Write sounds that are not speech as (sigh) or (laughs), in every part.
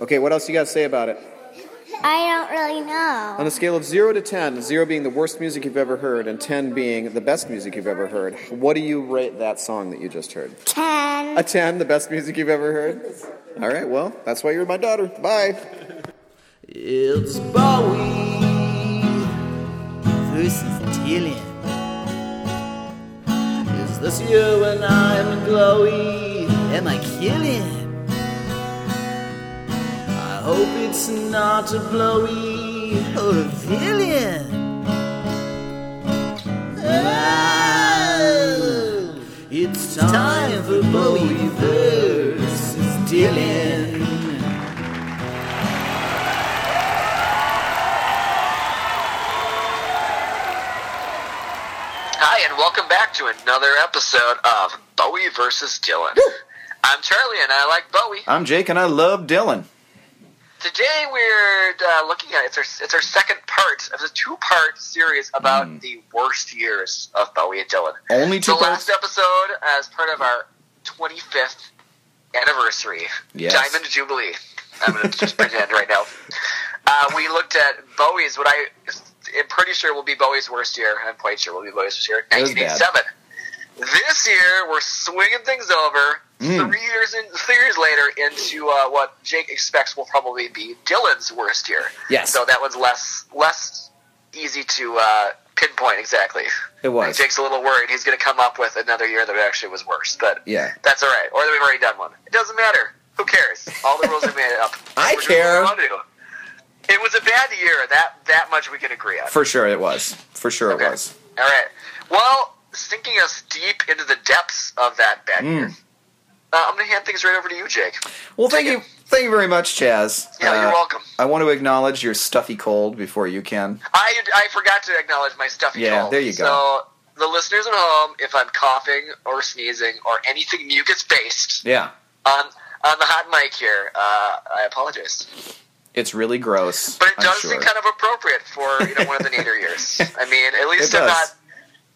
Okay, what else you got to say about it? I don't really know. On a scale of 0 to 10, 0 being the worst music you've ever heard and 10 being the best music you've ever heard, what do you rate that song that you just heard? Ten. A 10, the best music you've ever heard? All right, well, that's why you're my daughter. Bye. It's Bowie versus Dylan. Is this you and I'm glowy? Am I killing? I hope it's not a blowy or a villain. Oh, it's time for Bowie versus Dylan. Hi, and welcome back to another episode of Bowie versus Dylan. I'm Charlie, and I like Bowie. I'm Jake, and I love Dylan. Today we're uh, looking at it's our it's our second part of the two part series about the worst years of Bowie and Dylan. Only two the parts. last episode as part of our 25th anniversary Yes. Diamond Jubilee. I'm going to just pretend right now. Uh, we looked at Bowie's. What I am pretty sure will be Bowie's worst year. I'm quite sure will be Bowie's worst year. It was bad. 1987. This year we're swinging things over. Mm. Three years in, three years later into uh, what Jake expects will probably be Dylan's worst year. Yes. So that one's less less easy to uh, pinpoint exactly. It was. Jake's a little worried he's going to come up with another year that actually was worse, but Yeah. that's all right. Or that we've already done one. It doesn't matter. Who cares? All the rules are made (laughs) up. I We're doing what care. we wanna do. It was a bad year. That that much we can agree on. For sure it was. For sure Okay. it was. All right. Well, sinking us deep into the depths of that bad Hmm. year. Uh, I'm going to hand things right over to you, Jake. Well, thank you. Thank you very much, Chaz. Yeah, Uh, you're welcome. I want to acknowledge your stuffy cold before you can. I, I forgot to acknowledge my stuffy Yeah, cold. there you go. So the listeners at home, if I'm coughing or sneezing or anything mucus based Yeah. on on the hot mic here, uh, I apologize. It's really gross. But it I'm does sure. seem kind of appropriate for you know one of the (laughs) later years. I mean, at least It I'm does. not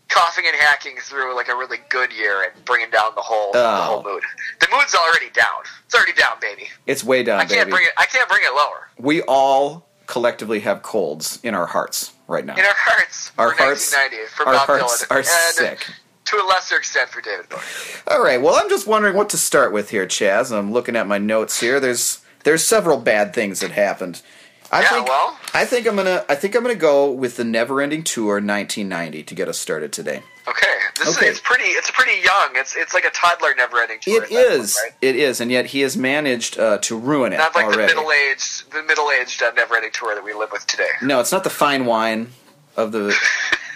coughing and hacking through like a really good year and bringing down the whole the Oh. whole mood. The mood's already down. It's already down, baby. It's way down, I can't baby. bring it. I can't bring it lower. We all collectively have colds in our hearts right now. In (laughs) our hearts, Our for hearts- 1990 for our Bob hearts Dylan, are and sick. to a lesser extent for David Bowie. All right. Well, I'm just wondering what to start with here, Chaz. I'm looking at my notes here. There's there's several bad things that happened. I Yeah, think well. I think I'm gonna I think I'm gonna go with the Never Ending Tour 1990 to get us started today. Okay, this Okay. is it's pretty. It's pretty young. It's it's like a toddler never-ending tour. It at that point, is. right? It is, and yet he has managed uh, to ruin it Not like already. the middle-aged, the middle-aged uh, never-ending tour that we live with today. no, it's not the fine wine of the.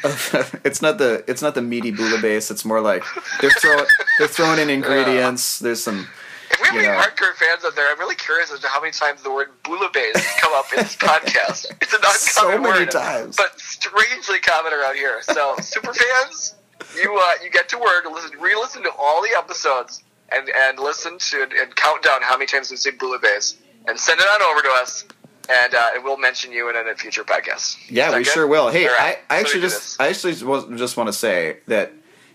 of- (laughs) it's not the it's not the meaty bouillabaisse. It's more like they're throwing they're throwing in ingredients. There's some If we have you any know. hardcore fans out there, I'm really curious as to how many times the word boulabais has come up (laughs) in this podcast. It's an uncommon So many word, times. but strangely common around here. So, super fans, you uh, you get to work, listen, re-listen to all the episodes, and and listen to and, and count down how many times we say boulabais, and send it on over to us, and uh, and we'll mention you in a future podcast. Is Yeah, that we good? sure will. Hey, All right, I, I so actually we do just this. I actually was, just want to say that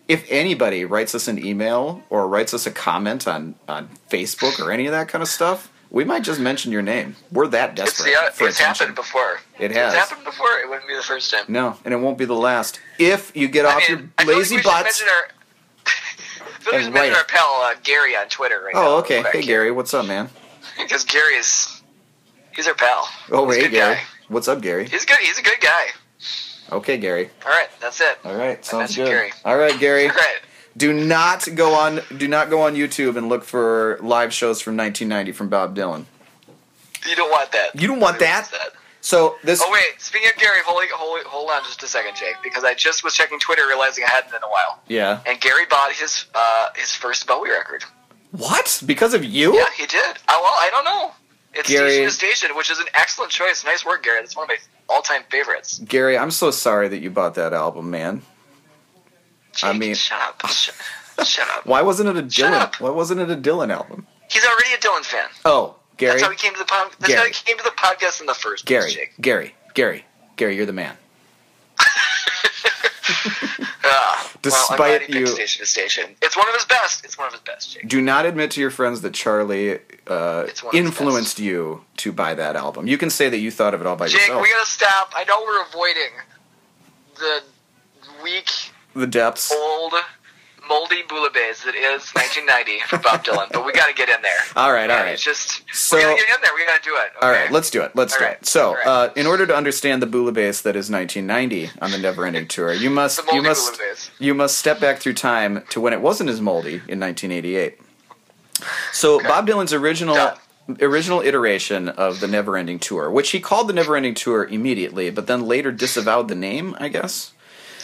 if anybody writes us an email or writes us a comment on on Facebook or any of that kind of stuff, we might just mention your name. We're that it's, desperate the, uh, for it's attention. happened before. It has. It's happened before. It wouldn't be the first time. No, and it won't be the last. If you get off I mean, I your lazy feel like we should butts. mention our- (laughs) I feel like we should And write mention it. our pal uh, Gary on Twitter right now. Oh, okay. Hey Gary, what's up, man? (laughs) Because Gary is he's our pal. Oh, he's a hey good Gary. guy. What's up, Gary? He's good. He's a good guy. Okay, Gary. All right, that's it. All right, sounds mentioned good. Gary. All right, Gary. All right. Do not go on. Do not go on YouTube and look for live shows from 1990 from Bob Dylan. You don't want that. You don't want Nobody that? wants that. So this. Oh wait, speaking of Gary, hold, hold, hold on just a second, Jake, because I just was checking Twitter, realizing I hadn't in a while. Yeah. And Gary bought his uh, his first Bowie record. What? Because of you? Yeah, he did. I, well, I don't know. It's Gary- Station to Station, which is an excellent choice. Nice work, Gary. That's one of my all-time favorites. Gary, I'm so sorry that you bought that album, man. I Jake, mean- shut up, (laughs) shut, shut up. Why wasn't it a Shut Dylan? up. Why wasn't it a Dylan album? He's already a Dylan fan. Oh, Gary. That's how he came to the pod- That's how Gary. he came to the podcast in the first place. Gary. Jake. Gary. Gary. Gary, you're the man. (laughs) Ah, well, I'm glad Despite he picked you, station to station. It's one of his best. It's one of his best, Jake. do not admit to your friends that Charlie uh, It's one of his influenced you to buy that album. You can say that you thought of it all by Jake, yourself. we gotta stop. I know we're avoiding the weak, the depths. old, moldy bouillabaisse that is 1990 for Bob Dylan, but we gotta get in there. (laughs) All right, all And right. It's just So- we gotta get in there. We gotta do it. All okay? right, let's do it. Let's All do right, it. So, all right. uh, in order to understand the Bouillabaisse that is 1990 on the Never Ending Tour, you must The moldy you must bouillabaisse. you must step back through time to when it wasn't as moldy in 1988. So, Bob Dylan's original Done. original iteration of the Never Ending Tour, which he called the Never Ending Tour immediately, but then later disavowed the name, I guess.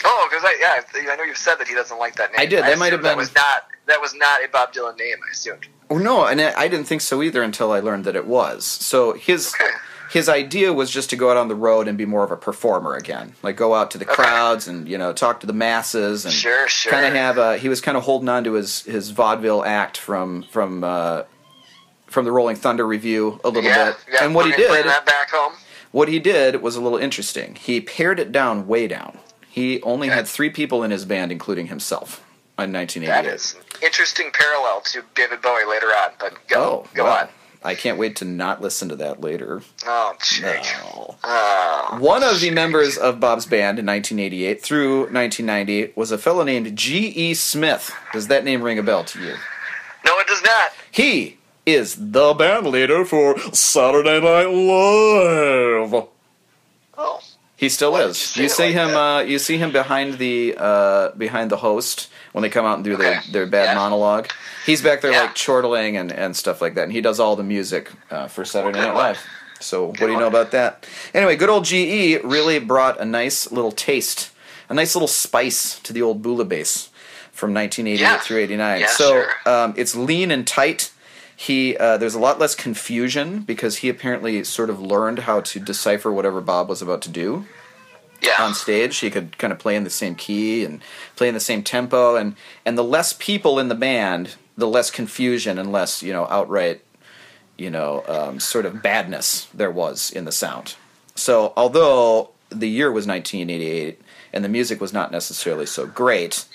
Oh, because I yeah, I th- I know you've said that he doesn't like that name. I did. That might have been- assumed That was not that was not a Bob Dylan name. I assumed. Oh no, and I I didn't think so either until I learned that it was. So his Okay. his idea was just to go out on the road and be more of a performer again, like go out to the crowds and you know talk to the masses and Sure, sure. kind of have a. He was kind of holding on to his his vaudeville act from from uh, from the Rolling Thunder review a little Yeah, bit, yeah. and what he bringing- did bringing that back home. what he did was a little interesting. He pared it down way down. He only had three people in his band, including himself, in 1988. That is interesting parallel to David Bowie later on. But go Oh, go wow. on. I can't wait to not listen to that later. Oh, Uh, Jake. One of the members of Bob's band in 1988 through 1990 was a fellow named G.E. Smith. Does that name ring a bell to you? No, it does not. He is the band leader for Saturday Night Live. Oh, He still is. did you You say see it like him. that? Uh, you see him behind the uh, behind the host when they come out and do their, Okay. their bad Yeah. monologue. He's back there Yeah. like chortling and, and stuff like that, and he does all the music uh, for Saturday Good Night one. Live. So what do you one. know about that? Anyway, good old GE really brought a nice little taste, a nice little spice to the old bouillabaisse from 1988 Yeah. through 89. Yeah, so sure. um, it's lean and tight. He uh, there's a lot less confusion because he apparently sort of learned how to decipher whatever Bob was about to do yeah. on stage. He could kind of play in the same key and play in the same tempo, and and the less people in the band, the less confusion and less you know outright, you know, um, sort of badness there was in the sound. So although the year was 1988 and the music was not necessarily so great,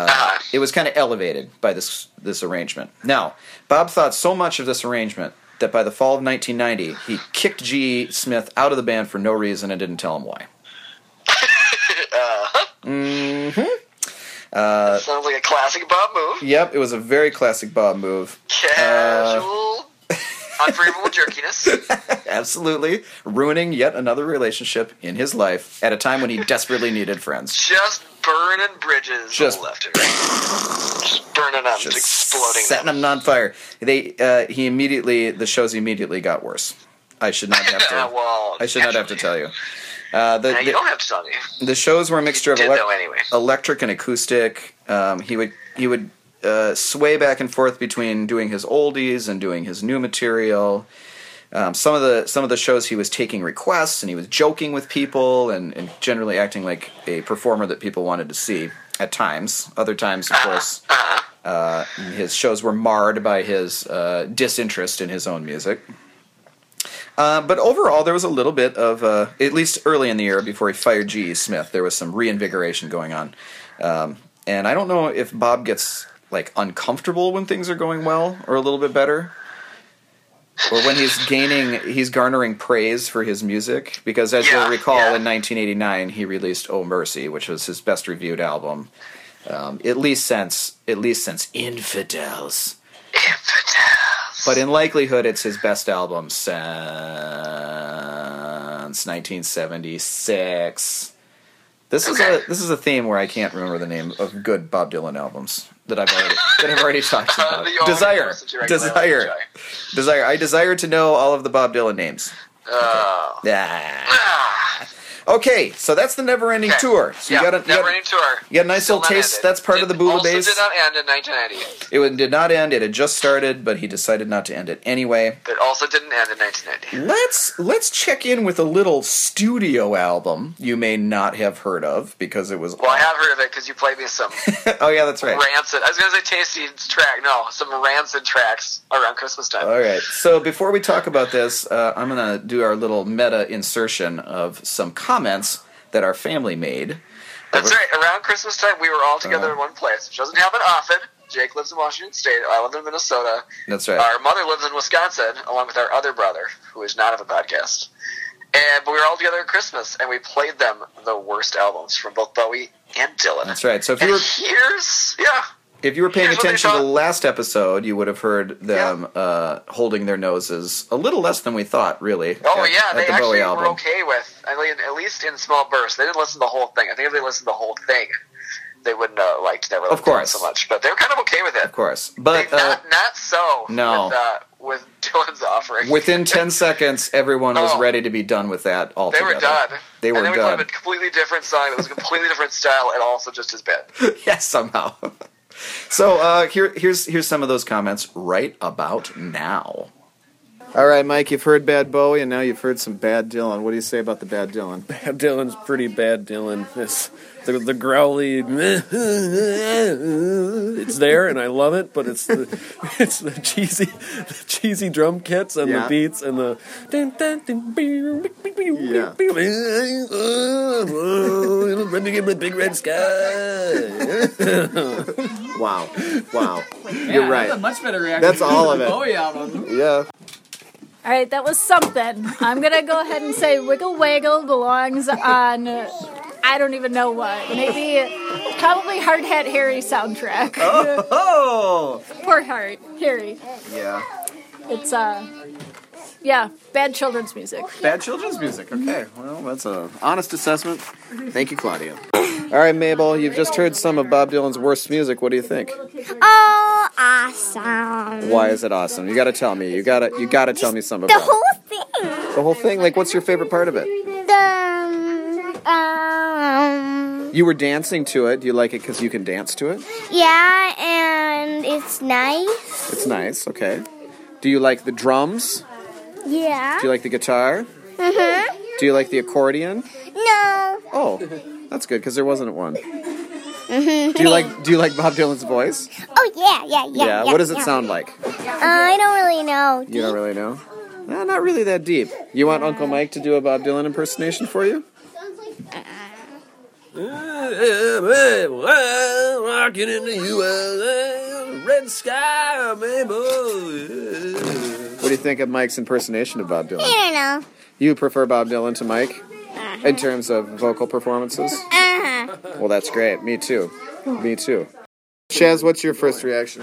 Uh, it was kind of elevated by this this arrangement. Now, Bob thought so much of this arrangement that by the fall of 1990, he kicked G. E Smith out of the band for no reason and didn't tell him why. sounds like a classic Bob move. Yep, it was a very classic Bob move. (laughs) Casual, unforgivable jerkiness. Absolutely ruining yet another relationship in his life at a time when he desperately needed friends. Just burning bridges Just- left and right. Just burning them, just, exploding setting them. them on fire. They uh, he immediately the shows immediately got worse. I should not have Yeah, to. (laughs) Uh, well, I should not have to tell you. Uh, the, Now, you the, don't have to tell me. the shows were a mixture of did elec- though anyway. electric and acoustic. Um, he would he would uh, sway back and forth between doing his oldies and doing his new material. Um, some of the some of the shows he was taking requests and he was joking with people and, and generally acting like a performer that people wanted to see at times. Other times, of course, uh, his shows were marred by his uh, disinterest in his own music. Uh, but overall, there was a little bit of, uh, at least early in the year before he fired G.E. Smith, there was some reinvigoration going on. Um, and I don't know if Bob gets like uncomfortable when things are going well or a little bit better, or when he's gaining, he's garnering praise for his music. Because as Yeah, you'll recall, yeah. in 1989, he released "Oh Mercy," which was his best reviewed album, um, at least since at least since Infidels. But in likelihood, it's his best album since 1976. This is a Okay. this is a theme where I can't remember the name of good Bob Dylan albums that I've already that I've already talked Uh, about. (laughs) the only Desire, person you regularly desire, enjoy. desire. I desire to know all of the Bob Dylan names. Oh. Ah. Okay, so that's the never ending Okay. tour. So yeah, you got a, you never got, ending tour. you got a nice Still little not taste. ended. That's part of It the Boola also Bays. did not end in 1990. It did not end. It had just started, but he decided not to end it anyway. It also didn't end in 1990. Let's let's check in with a little studio album you may not have heard of because it was. Well, I have heard of it because you played me some (laughs) oh yeah, that's (laughs) right. rancid. I was gonna say tasty track. No, some rancid tracks around Christmas time. All right. So before we talk about this, uh, I'm gonna do our little meta insertion of some comments that our family made. That's right. Around Christmas time, we were all together Uh-huh. in one place, which doesn't happen often. Jake lives in Washington State. I live in Minnesota. That's right. Our mother lives in Wisconsin, along with our other brother, who is not of a podcast. And but we were all together at Christmas, and we played them the worst albums from both Bowie and Dylan. That's right. So if And you were here's yeah, if you were paying Here's what they attention to the thought. last episode, you would have heard them uh, holding their noses a little less than we thought, really. oh at- yeah, at they the Bowie actually album. were okay with. I mean, at least in small bursts, they didn't listen to the whole thing. I think if they listened to the whole thing, they wouldn't have liked Never Of Loved Dylan course. so much. But they were kind of okay with it. Of course, but Hey, uh, not, not so. no. With, uh, with (laughs) Dylan's offering. within ten seconds, everyone was Oh. ready to be done with that they altogether. were done. They were and then we done. played a completely different song that was a completely different style and also just as bad. (laughs) yes, somehow. (laughs) so uh, here, here's here's some of those comments right about now. All right, Mike, you've heard Bad Bowie, and now you've heard some Bad Dylan. What do you say about the Bad Dylan? Bad Dylan's pretty bad Dylan. It's the, the growly it's there and I love it, but it's the it's the cheesy the cheesy drum kits and Yeah. the beats and the yeah. Let me get my big red sky. Wow, wow. Yeah, You're right. That's a much better reaction. That's all to of the it. (laughs) Bowie album. Yeah. All right, that was something. I'm gonna go ahead and say Wiggle Waggle belongs on uh, I don't even know what. Maybe probably Hard Hat Harry soundtrack. Oh, (laughs) Poor Hart Harry. yeah. It's uh, yeah, bad children's music. Bad children's music. Okay. Well, that's a honest assessment. Thank you, Claudia. All right, Mabel, you've just heard some of Bob Dylan's worst music. What do you think? Oh, awesome. Why is it awesome? You got to tell me. You got to you got to tell me some The about it. whole thing. the whole thing. Like, what's your favorite part of it? The, um, um, You were dancing to it. Do you like it because you can dance to it? yeah, and it's nice. It's nice. Okay. Do you like the drums? Yeah. Do you like the guitar? Mm-hmm. Do you like the accordion? No. Oh, that's good because there wasn't (laughs) one. Do you like Do you like Bob Dylan's voice? Oh, yeah, yeah, yeah. yeah what does it yeah. sound like? Uh, I don't really know. You don't really know. No, not really that deep. You want Uncle Mike to do a Bob Dylan impersonation for you? Walking in the US, red sky, Mabel. What do you think of Mike's impersonation of Bob Dylan? I don't know. You prefer Bob Dylan to Mike in terms of vocal performances? Uh-huh. Well, that's great. Me too. Me too. Chaz, what's your first reaction?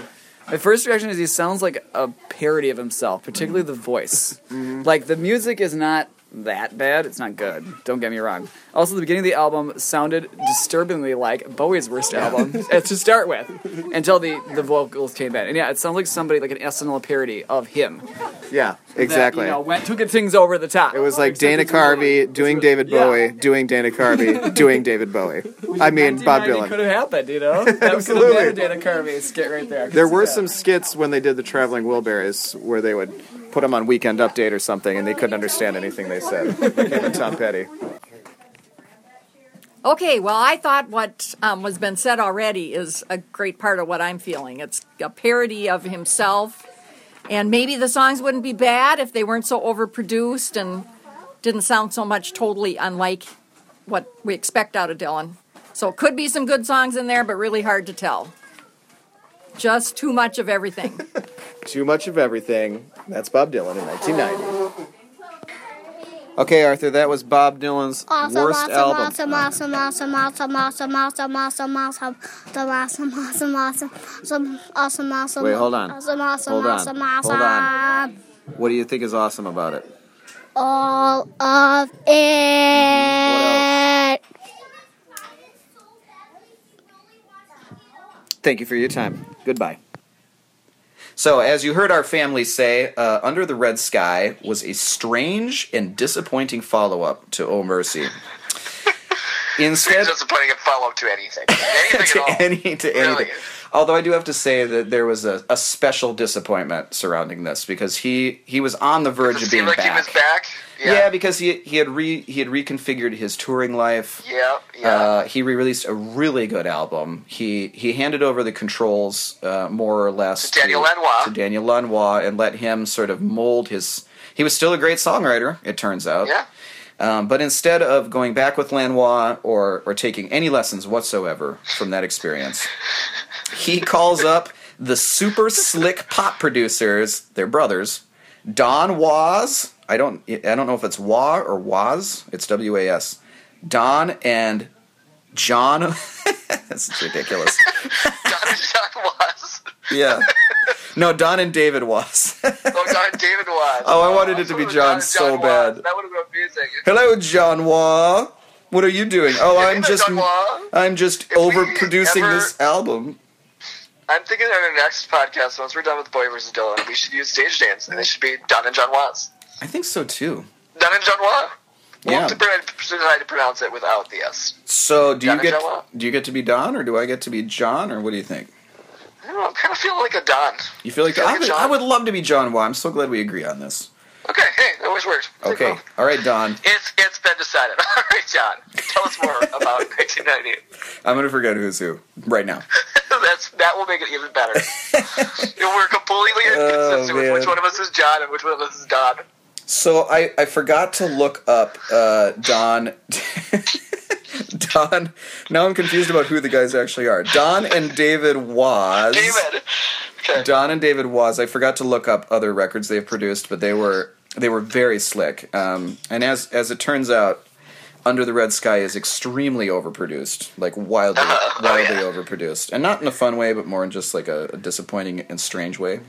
My first reaction is he sounds like a parody of himself, particularly the voice. Mm-hmm. Like the music is not that bad. It's not good. Don't get me wrong. Also, the beginning of the album sounded disturbingly like Bowie's worst album uh, to start with, until the the vocals came in. And yeah, it sounds like somebody like an SNL parody of him. that, Yeah, exactly. you know, went took things over the top. it was like Dana Carvey doing David Bowie, doing Dana Carvey, doing David Bowie. I mean, Bob Could Dylan. have happened, (laughs) you know. That was Absolutely. another Dana Carvey skit right there. I could There see were that. some skits when they did the Traveling Wilburys where they would put them on Weekend Update or something and they couldn't understand anything they said. Like him and Tom Petty. Okay, well, I thought what um, has been said already is a great part of what I'm feeling. It's a parody of himself, and maybe the songs wouldn't be bad if they weren't so overproduced and didn't sound so much totally unlike what we expect out of Dylan. So it could be some good songs in there, but really hard to tell. Just too much of everything. Too much of everything. That's Bob Dylan in 1990. Okay, Arthur, that was Bob Dylan's Awesome, worst awesome, album. awesome, awesome, awesome, awesome, awesome, awesome, awesome, awesome, the awesome, awesome, awesome, awesome, awesome, awesome. Wait, hold on. Awesome, awesome, Hold on. awesome, Hold awesome. on. What do you think is awesome about it? All of it. Thank you for your time. Goodbye. So, as you heard our family say, uh, Under the Red Sky was a strange and disappointing follow up to Oh Mercy. Instead, It's disappointing a follow up to anything. Anything (laughs) to at all. any to Really. anything. Although I do have to say that there was a, a special disappointment surrounding this because he he was on the verge Does it of being seem like back. he was back? Yeah. because he he had re he had reconfigured his touring life. Yeah, yeah. Uh, he re-released a really good album. He he handed over the controls uh, more or less To Daniel Lanois. to Daniel Lanois and let him sort of mold his. He was still a great songwriter, it turns out. yeah. Um, but instead of going back with Lanois or, or taking any lessons whatsoever from that experience, he calls up the super slick pop producers, their brothers, Don Waz. I don't I don't know if it's Wa or Waz. It's W A S. Don and John. (laughs) this is ridiculous. Don and John (laughs) was. Yeah. No, Don and David Waz. (laughs) Oh, Don and David was. Oh, I wanted it to be John so bad. That would have been amazing. Hello, John Wa. What are you doing? Oh, I'm Hello, just John Wa. I'm just we overproducing ever- this album. I'm thinking on our next podcast, once we're done with Boy vs. Dylan, we should use stage names, and they should be Don and John Was. I think so too. Don and John Was. We'll Yeah. have to pr- decide to pronounce it without the S. So do John you and get John Wa. do you get to be Don or do I get to be John or what do you think? I don't know, I'm kind of feeling like a Don. You feel like Feel like I, would, John. I would love to be John Wa. I'm so glad we agree on this. Okay, hey, that always works. Okay, all right, Don. It's, it's been decided. (laughs) All right, John. Tell us (laughs) more about 1990. I'm gonna forget who's who right now. (laughs) That's that will make it even (laughs) better. We're completely Oh, inconsistent with man. which one of us is John and which one of us is Don. So I, I forgot to look up uh, Don. (laughs) Don. Now I'm confused about who the guys actually are. Don and David Waz. David. Okay. Don and David Waz. I forgot to look up other records they've produced, but they were they were very slick. Um, and as as it turns out, Under the Red Sky is extremely overproduced, like wildly Uh-huh. Oh, wildly overproduced, and not in a fun way, but more in just like a, a disappointing and strange way.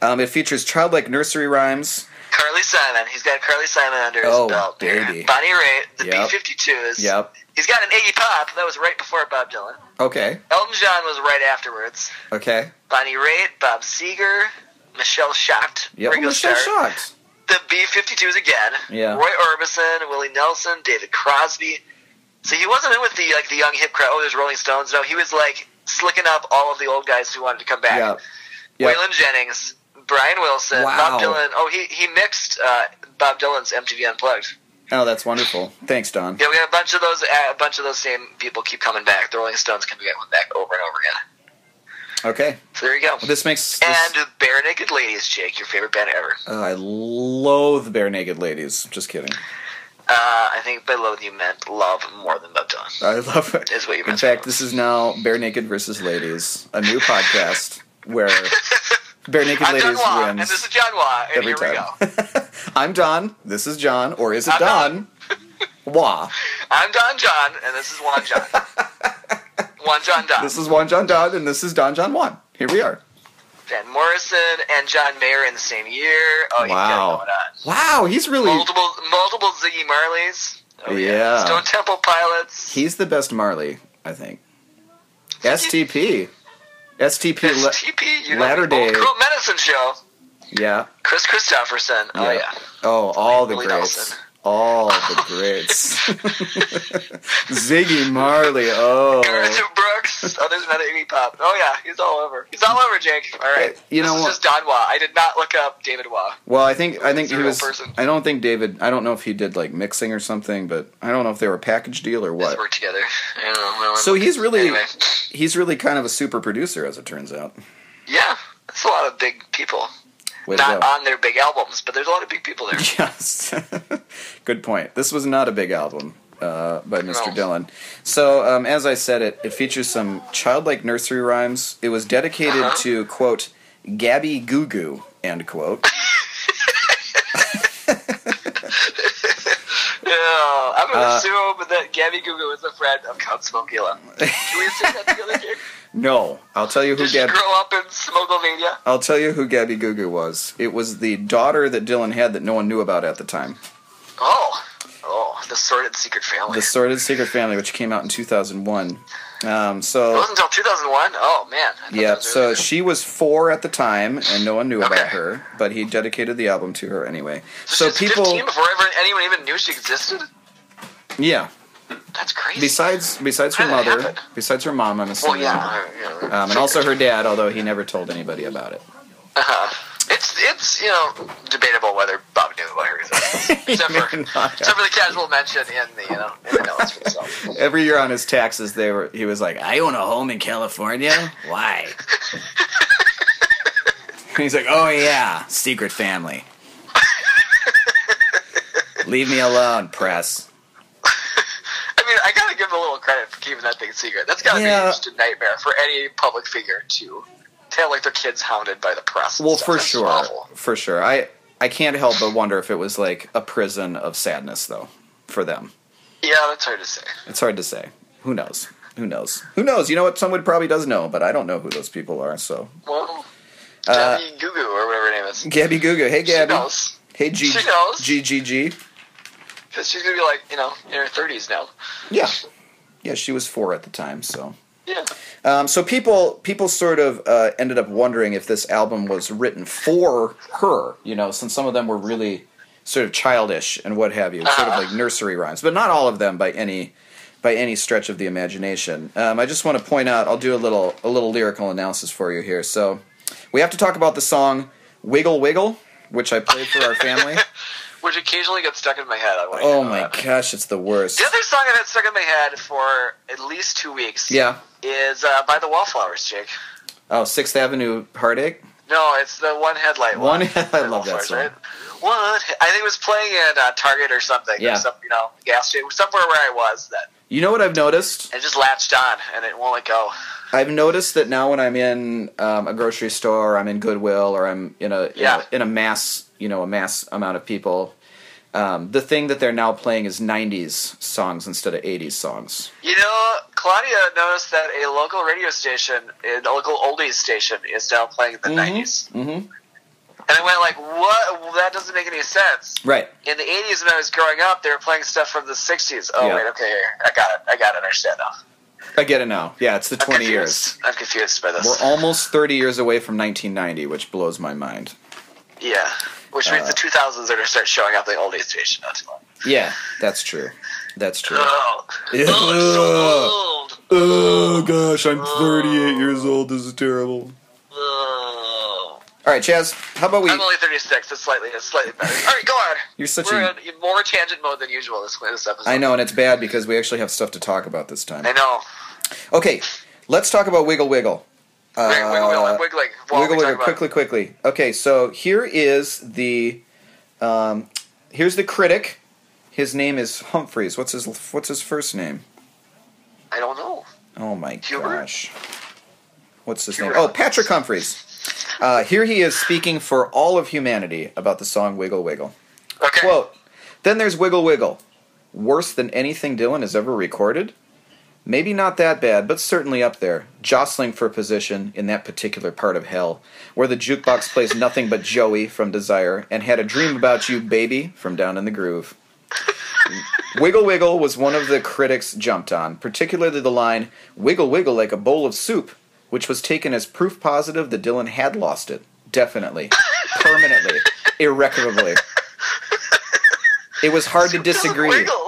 Um, it features childlike nursery rhymes. Carly Simon. He's got Carly Simon under his Oh, belt. here. baby. Bonnie Raitt, the Yep. B-52s. Yep. He's got an Iggy Pop. That was right before Bob Dylan. Okay. Elton John was right afterwards. Okay. Bonnie Raitt, Bob Seger, Michelle Schacht, Yep. Ringo Oh, Michelle Starr. Shocked. the B-52s again. Yeah. Roy Orbison, Willie Nelson, David Crosby. So he wasn't in with the like the young hip crowd. Oh, there's Rolling Stones. No, he was like slicking up all of the old guys who wanted to come back. Yeah. Yeah. Waylon Jennings, Brian Wilson, Wow. Bob Dylan. Oh, he he mixed uh, Bob Dylan's MTV Unplugged. Oh, that's wonderful. Thanks, Don. Yeah, we got a bunch of those. Uh, a bunch of those same people keep coming back. The Rolling Stones coming back over and over again. Okay. So there you go. Well, this makes. This, and Bare Naked Ladies, Jake, your favorite band ever. Oh, I loathe bare naked ladies. Just kidding. Uh, I think by love you meant love more than Bob Dylan. I love it. Is what you In meant. fact, this is now Bare Naked versus Ladies, a new (laughs) podcast where Bare Naked I'm John Ladies Wah, and wins this is John Wah, and every here we time. go. (laughs) I'm Don. This is John, or is it I'm Don? Don. Wah. I'm Don John, and this is Juan John. (laughs) Juan John Don. This is Juan John Don, and this is Don John Juan. Here we are. Van Morrison and John Mayer in the same year. Oh, you got it wow. going on. Wow, he's really Multiple, multiple Ziggy Marleys. Oh, Yeah. Stone Temple Pilots. he's the best Marley, I think. STP. STP le- STP, you know, Latter the old Day. Cruel Medicine Show. Yeah. Chris Christopherson. Oh, Yeah. yeah. Oh, all the Willie greats. Nelson. All the greats. (laughs) Ziggy Marley. Oh. Garrison Brooks. Oh, there's another Iggy Pop. Oh, yeah. He's all over. He's all over, Jake. All right. You this know is what? just Don Wah. I did not look up David Wah. Well, I think I think he He's a was. real person. I don't think David. I don't know if he did like mixing or something, but I don't know if they were a package deal or Let's what. work together. I don't know. I don't So know. he's really Anyway. he's really kind of a super producer, as it turns out. Yeah, that's a lot of big people. Way to Not go. on their big albums, but there's a lot of big people (laughs) there. Yes. Good point. This was not a big album uh, by Mr. No. Dylan. So, um, as I said, it, it features some childlike nursery rhymes. It was dedicated Uh-huh. to, quote, Gabby Goo Goo, end quote. Yeah, I'm gonna Uh, assume that Gabby Goo Goo is a friend of Count Smokula. Can we assume that (laughs) together, Jake? no, I'll tell you who Did she Gabby. grow up in Smokovania? I'll tell you who Gabby Goo Goo was. It was the daughter that Dylan had that no one knew about at the time. Oh, oh, the sordid secret family. The Sordid Secret Family, which came out in 2001. Um, It so, wasn't until 2001. Oh man. I thought yeah, that was so earlier. she was four at the time, and no one knew about Okay. her, but he dedicated the album to her anyway. So So, she was 15 people. before ever anyone even knew she existed. Yeah. That's crazy. Besides, besides her How did that mother, happen? besides her mom, I'm well, assuming, yeah, yeah, yeah. um, and also her dad, although he never told anybody about it. Uh, It's it's you know debatable whether Bob knew about her (laughs) existence, except for except for the casual mention in the you know in the notes for itself. Every year on his taxes, they were he was like, "I own a home in California. (laughs) Why?" and he's like, "Oh yeah, secret family." Leave me alone, press. I mean, I gotta give him a little credit for keeping that thing secret. That's gotta Yeah. be just a nightmare for any public figure to to have like their kids hounded by the press. and Well, stuff. for That's sure, awful. for sure. I I can't help but wonder if it was like a prison of sadness, though, for them. Yeah, that's hard to say. It's hard to say. Who knows? Who knows? Who knows? You know what? Someone probably does know, but I don't know who those people are. So, Well, Gabby Goo Goo or whatever her name is. Gabby Goo Goo. Hey, She Uh, Gabby. knows. Hey, G. She knows. G. G. G. Because she's gonna be like, you know, in her 30s now. Yeah, yeah. She was four at the time, so. Yeah. Um, so people people sort of uh, ended up wondering if this album was written for her, you know, since some of them were really sort of childish and what have you, sort of like nursery rhymes, but not all of them by any by any stretch of the imagination. Um, I just want to point out, I'll do a little a little lyrical analysis for you here. So we have to talk about the song "Wiggle Wiggle," which I played for our family. Which occasionally gets stuck in my head. I wanna oh get my out of that. gosh, it's the worst. The other song I've had stuck in my head for at least two weeks Yeah. is uh, by the Wallflowers, Jake. Oh, Sixth Avenue Heartache. No, it's the one headlight One. (laughs) one. I love that Wallflowers, song. right? One. he- I think it was playing at uh, Target or something. Yeah. Or some, you know, gas station, somewhere where I was. That You know what I've noticed? I just latched on and it won't let go. I've noticed that now when I'm in um, a grocery store, I'm in Goodwill, or I'm in a in, Yeah. a, in a mass you know a mass amount of people. Um, the thing that they're now playing is '90s songs instead of '80s songs. You know, Claudia noticed that a local radio station, a local oldies station, is now playing the 90s. Mm-hmm. And I went like, "What? Well, that doesn't make any sense." Right. In the 80s, when I was growing up, they were playing stuff from the 60s. Oh Yeah. wait, okay, here. I got it. I got it. I understand now. I get it now. Yeah, it's the I'm 20 confused. years. I'm confused by this. We're almost 30 years away from 1990, which blows my mind. yeah, which means the Uh. 2000s are going to start showing up in the oldies station. Not too long. Yeah, that's true. That's true. Oh, Ugh. old. oh gosh, I'm 38 years old. This is terrible. Ugh. All right, Chaz, how about we? I'm only 36. It's slightly, it's slightly better. All right, go on. You're such We're a in more tangent mode than usual this, this episode. I know, and it's bad because we actually have stuff to talk about this time. I know. Okay, let's talk about Wiggle Wiggle. Uh, Wait, wiggle, wiggle, I'm wiggling. While wiggle we talk Wiggle, about- quickly, quickly. Okay, so here is the, um, here's the critic. His name is Humphreys. What's his What's his first name? I don't know. Oh my Hubert? gosh. What's his name? Hubert. Oh, Patrick Humphreys. Uh, here he is speaking for all of humanity about the song Wiggle Wiggle. Okay. Quote Then there's Wiggle Wiggle. Worse than anything Dylan has ever recorded? Maybe not that bad, but certainly up there, jostling for position in that particular part of hell, where the jukebox plays nothing but Joey from Desire and had a dream about you, baby, from Down in the Groove. Wiggle Wiggle was one of the critics jumped on, particularly the line, Wiggle Wiggle like a bowl of soup, which was taken as proof positive that Dylan had lost it. Definitely. Permanently. Irrecoverably. It was hard to disagree. Wiggle.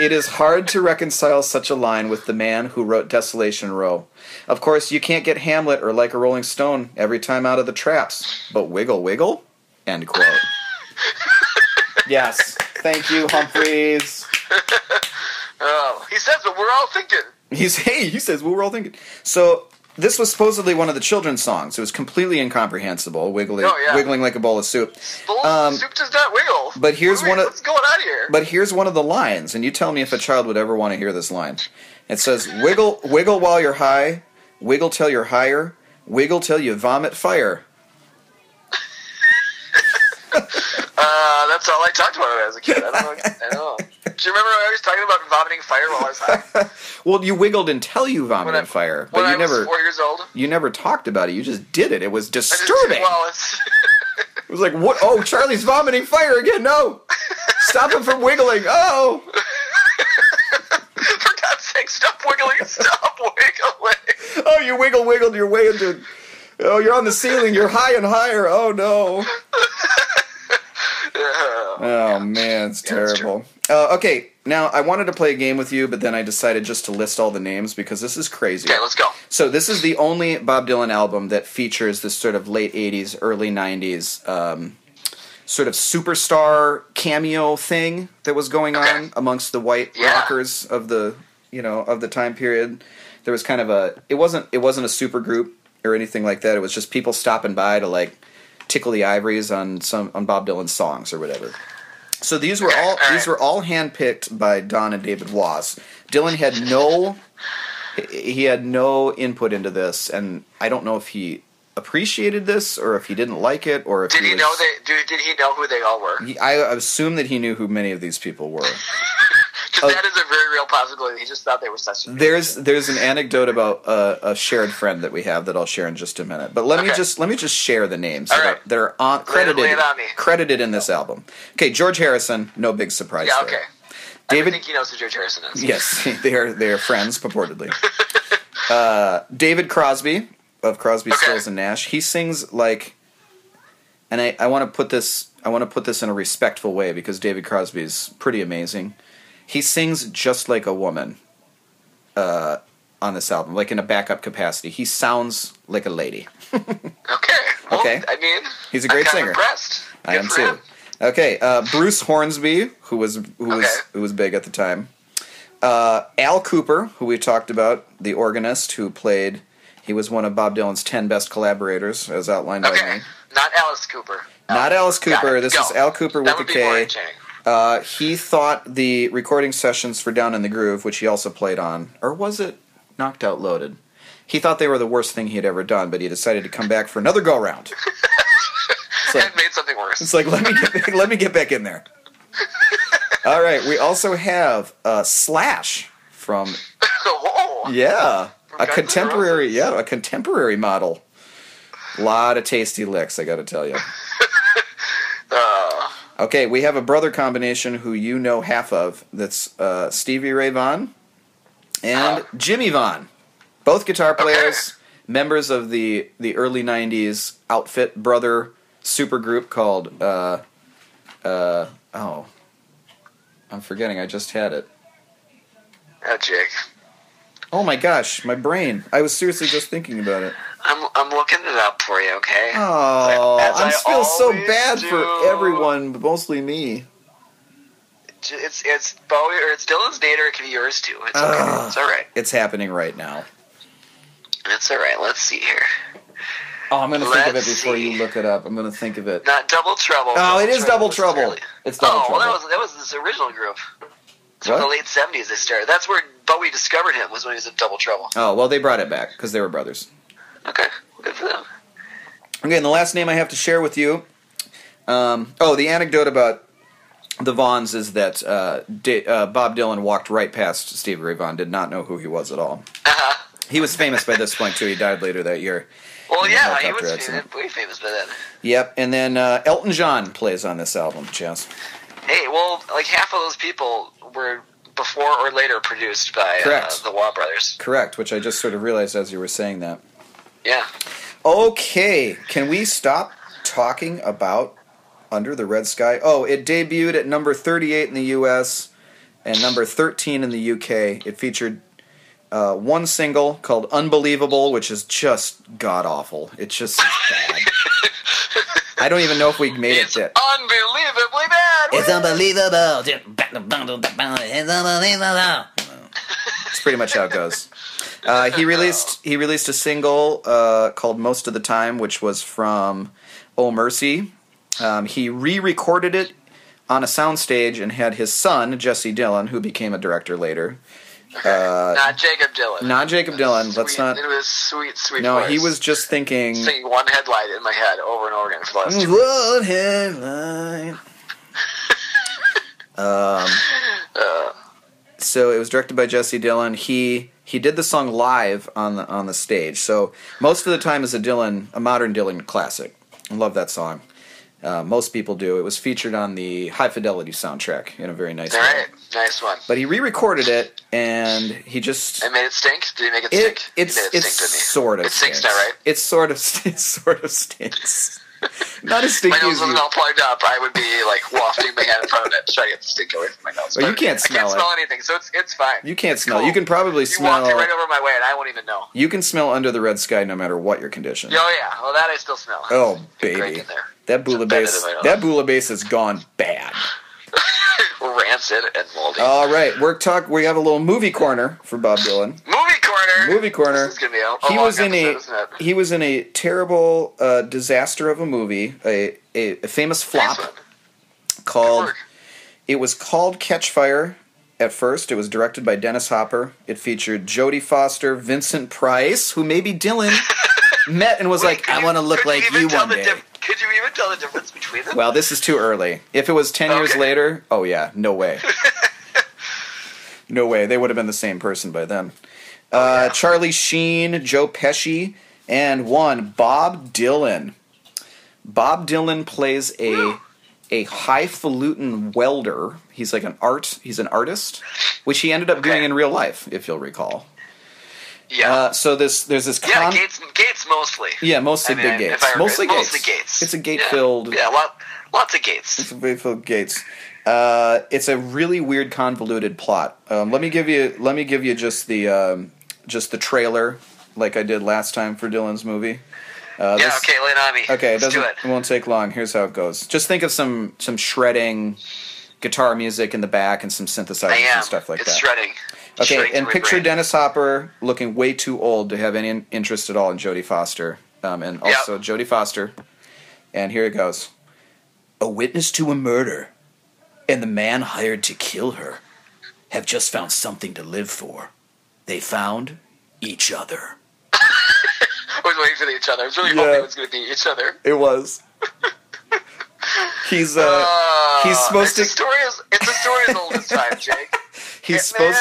It is hard to reconcile such a line with the man who wrote Desolation Row. Of course, you can't get Hamlet or Like a Rolling Stone every time out of the traps, but Wiggle Wiggle? End (laughs) quote. yes. Thank you, Humphreys. Oh, he says, but we're all thinking. He's, (laughs) hey, he says, well, we're all thinking. So, this was supposedly one of the children's songs. It was completely incomprehensible, wiggling, Oh, yeah. wiggling like a bowl of soup. Bull Um, soup does not wiggle. but here's What are we- one of- what's going on here. But here's one of the lines, and you tell me if a child would ever want to hear this line. It says, "Wiggle, wiggle while you're high, wiggle till you're higher, wiggle till you vomit fire." uh, that's all I talked about when I was a kid. (laughs) I don't know. I know. Do you remember I was talking about vomiting fire while I was high? Well, you wiggled until you vomited I- fire, when but I you never was four years old. you never talked about it. You just did it. It was I just- disturbing. Well, it's (laughs) it was like, "What? Oh, Charlie's vomiting fire again! No, stop him from wiggling! Oh, for God's sake, stop (laughs) wiggling, stop wiggling. oh, you wiggle, wiggled your way into." Oh, you're on the ceiling. You're high and higher. Oh no. Uh, Oh man, it's terrible. Uh, okay, now I wanted to play a game with you, but then I decided just to list all the names because this is crazy. okay, let's go. so this is the only Bob Dylan album that features this sort of late '80s, early '90s um, sort of superstar cameo thing that was going on amongst the white Yeah. rockers of the you know of the time period. There was kind of a it wasn't it wasn't a super group or anything like that. It was just people stopping by to like tickle the ivories on some on Bob Dylan's songs or whatever. So these were all these were all handpicked by Don and David Wass. Dylan had no he had no input into this, and I don't know if he appreciated this or if he didn't like it or if Did he was- know they? Did, did he know who they all were? He- I assume that he knew who many of these people were. Because uh, that is a very real possibility. He just thought they were such. There's there's an anecdote about uh, a shared friend that we have that I'll share in just a minute. But let me Okay. just let me just share the names All that, right. are, that are on, Lay it- credited lay it on me. credited in this album. Okay, George Harrison, no big surprise. Yeah. there. Okay. I David think he knows who George Harrison is. Yes, they are they are friends purportedly. uh, David Crosby of Crosby, Okay. Stills and Nash. He sings like, and I, I want to put this I want to put this in a respectful way because David Crosby is pretty amazing. He sings just like a woman uh, on this album, like in a backup capacity. He sounds like a lady. Okay. Well, Okay. I mean, He's a great I'm kind singer. Of impressed. I Good am for too. (laughs) him. Okay, uh, Bruce Hornsby, who was who was Okay. who was big at the time. Uh, Al Cooper, who we talked about, the organist who played. He was one of Bob Dylan's ten best collaborators, as outlined by Okay. me. Not Alice Cooper. Not Alice Cooper. This Go. is Al Cooper with that a would be more K. entertaining. Uh, he thought the recording sessions for Down in the Groove, which he also played on, or was it Knocked Out Loaded? He thought they were the worst thing he had ever done, but he decided to come back for another go round. It's like- (laughs) It made something (laughs) worse. it's like let me get back, let me get back in there. All right, we also have uh, Slash from Whoa. yeah, a Guns N' contemporary yeah a contemporary model. Lot of tasty licks, I got to (laughs) tell you. Uh. Okay, we have a brother combination who you know half of. That's uh, Stevie Ray Vaughan Uh. and Jimmy Vaughan, both guitar players, members of the the early '90s outfit brother supergroup called uh, uh, oh, I'm forgetting. I just had it. Oh, Jake. Oh my gosh, my brain! I was seriously just thinking about it. I'm I'm looking it up for you. Okay. Oh, As I, I feel so always bad do. for everyone, but mostly me. J- It's it's Bowie or it's Dylan's date or it could be yours too. It's okay. Ugh. It's all right. It's happening right now. It's all right. Let's see here. Oh, I'm gonna think of it Let's before see. you look it up. I'm gonna think of it. Not double trouble. Oh, it is double was trouble. early. It's double oh, well, that trouble. was that was this original group. It's from What? the late '70s they started. That's where Bowie discovered him was when he was in Double Trouble. Oh well, they brought it back because they were brothers. Okay, good for them. Okay, and the last name I have to share with you. Um, oh, the anecdote about the Vaughns is that uh, Da- uh, Bob Dylan walked right past Stevie Ray Vaughan, did not know who he was at all. Uh-huh. He was famous by this point too. He died later that year. Well, Yeah, yeah, helicopter he was famous, accident. way famous by then. Yep, and then uh, Elton John plays on this album, Chaz. Hey, well, like half of those people were before or later produced by Correct. uh, the Waugh brothers. Correct, which I just sort of realized as you were saying that. Yeah. Okay, can we stop talking about Under the Red Sky? Oh, it debuted at number 38 in the US and number 13 in the UK. It featured uh, one single called Unbelievable, which is just god awful. It's just bad. I don't even know if we made it It's that. unbelievably bad. It's unbelievable. It's unbelievable. It's pretty much how it goes. Uh, he released he released a single uh, called "Most of the Time," which was from "Oh Mercy." Um, he re-recorded it on a soundstage and had his son Jesse Dylan, who became a director later. uh, not Jacob Dylan. Not Jacob Dylan. Let's Sweet- not. It was sweet, sweet. No, voice. he was Mm. just thinking. singing one headlight in my head over and over again for the last two One (laughs) headline. um, so it was directed by Jesse Dylan. He he did the song live on the on the stage. So most of the time is a Dylan, a modern Dylan classic. I love that song. Uh, most people do. It was featured on the High Fidelity soundtrack in a very nice All way. right, nice one. But he re-recorded it, and he just I made it stink. Did you make it stink? it, it's you made it it's stink, didn't you? sort of It stinks stinks. now, right? It sort of it sort of (laughs) stinks. (laughs) Not as stinky My nose as you wasn't all plugged up. I would be like wafting my hand in front of it, trying to get the stink away from my nose. Well, you But can't I can't smell it. smell anything, so it's it's fine. You can't smell. Cool. You can probably You walked it smell. right over my way, and I won't even know. you can smell under the red sky no matter what your condition. Oh yeah, well that I still smell. Oh Great baby, in there. that bula base. It's better than I That bula base has gone bad. (laughs) Rancid and moldy. All right, work talk. We have a little movie corner for Bob (laughs) Dylan. movie corner. Movie corner. This is gonna be a, a He long was in episode, a isn't it? he was in a terrible uh, disaster of a movie, a a, a famous flop Excellent. called work. It was called Catch Fire at first. It was directed by Dennis Hopper. It featured Jodie Foster, Vincent Price, who maybe (laughs) Dylan met and was like, Could I you- want to look could like even you tell one the day. dif- could you even tell the difference between them? Well, this is too early. If it was 10 years Okay. later, oh yeah, no (laughs) way. no way. They would have been the same person by then. Oh, Uh, Charlie Sheen, Joe Pesci, and one, Bob Dylan. Bob Dylan plays a a highfalutin welder. He's like an art, he's an artist, which he ended up doing in real life, if you'll recall. yeah, Uh, so this there's this yeah, con- Gates, Gates mostly. yeah, mostly I mean, big gates. if I remember- mostly gates. mostly Gates. It's a gate Yeah. filled Yeah, lot, lots of Gates. Wakefield Gates. Uh, it's a really weird, convoluted plot. Um, let me give you. Let me give you just the um, just the trailer, like I did last time for Dylan's movie. Uh, yeah, this- okay, lean on me. Okay, it Let's doesn't. do It. it. won't take long. Here's how it goes. Just think of some some shredding guitar music in the back and some synthesizers I am. and stuff like it's that. shredding. It's Okay, shredding and through my picture brain. Dennis Hopper looking way too old to have any interest at all in Jodie Foster, um, and Yep. also Jodie Foster. And here it goes: a witness to a murder, and the man hired to kill her, have just found something to live for. They found each other. I was waiting for the each other. I was really Yeah. hoping it was going to be each other. It was. (laughs) he's uh, Uh, he's supposed it's A to. story as, it's a story as old as (laughs) time, Jake. He's Hitman supposed.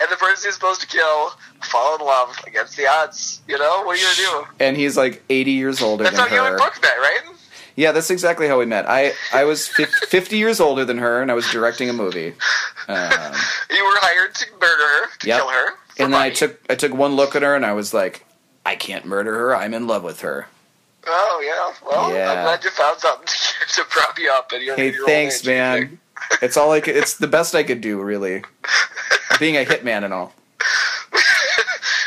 and the person he's supposed to kill fall in love against the odds. You know what are you gonna do? And he's like 80 years older That's than how you her. and Brooke met, right? Yeah, that's exactly how we met. I I was (laughs) fif- 50 years older than her, and I was directing a movie. Um, You were hired to murder her, to Yep. kill her. for and then I money. took I took one look at her, and I was like, I can't murder her. I'm in love with her. Oh yeah. Well, Yeah. I'm glad you found something (laughs) to, to prop you up. And you're Hey, thanks, man. It's all like it's the best I could do, really. Being a hitman and all.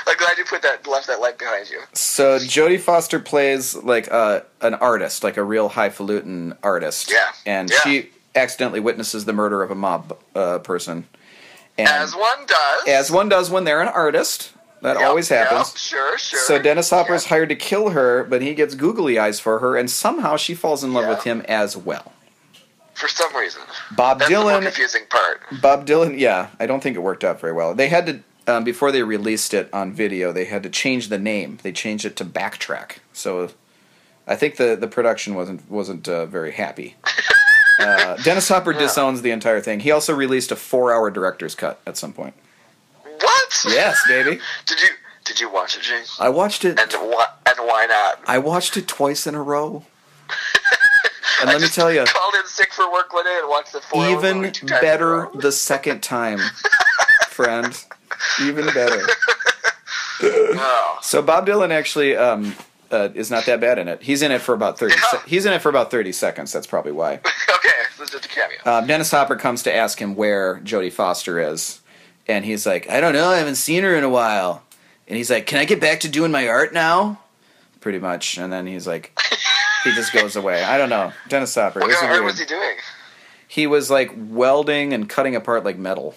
I'm glad you put that left that light behind you. So Jodie Foster plays like uh, an artist, like a real highfalutin artist. Yeah. And Yeah. she accidentally witnesses the murder of a mob uh, person. And As one does. as one does when they're an artist. That Yep, always happens. Yep, sure, sure. So Dennis Hopper's Yeah. hired to kill her, but he gets googly eyes for her, and somehow she falls in love Yeah. with him as well. for some reason. Bob That's the more Dylan, confusing part. Bob Dylan, yeah, I don't think it worked out very well. They had to um, before they released it on video, they had to change the name. They changed it to Backtrack. So I think the the production wasn't wasn't uh, very happy. (laughs) Uh, Dennis Hopper disowns the entire thing. He also released a four-hour director's cut at some point. What? Yes, baby. (laughs) Did you did you watch it, Jake? I watched it. And why and why not? (laughs) I watched it twice in a row. And let me just tell you, Called in sick for work one day and watched the four. even better the second time, friend. Even better. Oh. (laughs) So Bob Dylan actually um, uh, is not that bad in it. He's in it for about thirty. se- Yeah. he's in it for about thirty seconds. That's probably why. okay, this is just a cameo. Um, Dennis Hopper comes to ask him where Jodie Foster is, and he's like, "I don't know. I haven't seen her in a while." And he's like, "Can I get back to doing my art now?" Pretty much. And then he's like, he just goes away. I don't know. Dennis Hopper. what this is kind of art weird. was he doing? He was like welding and cutting apart like metal.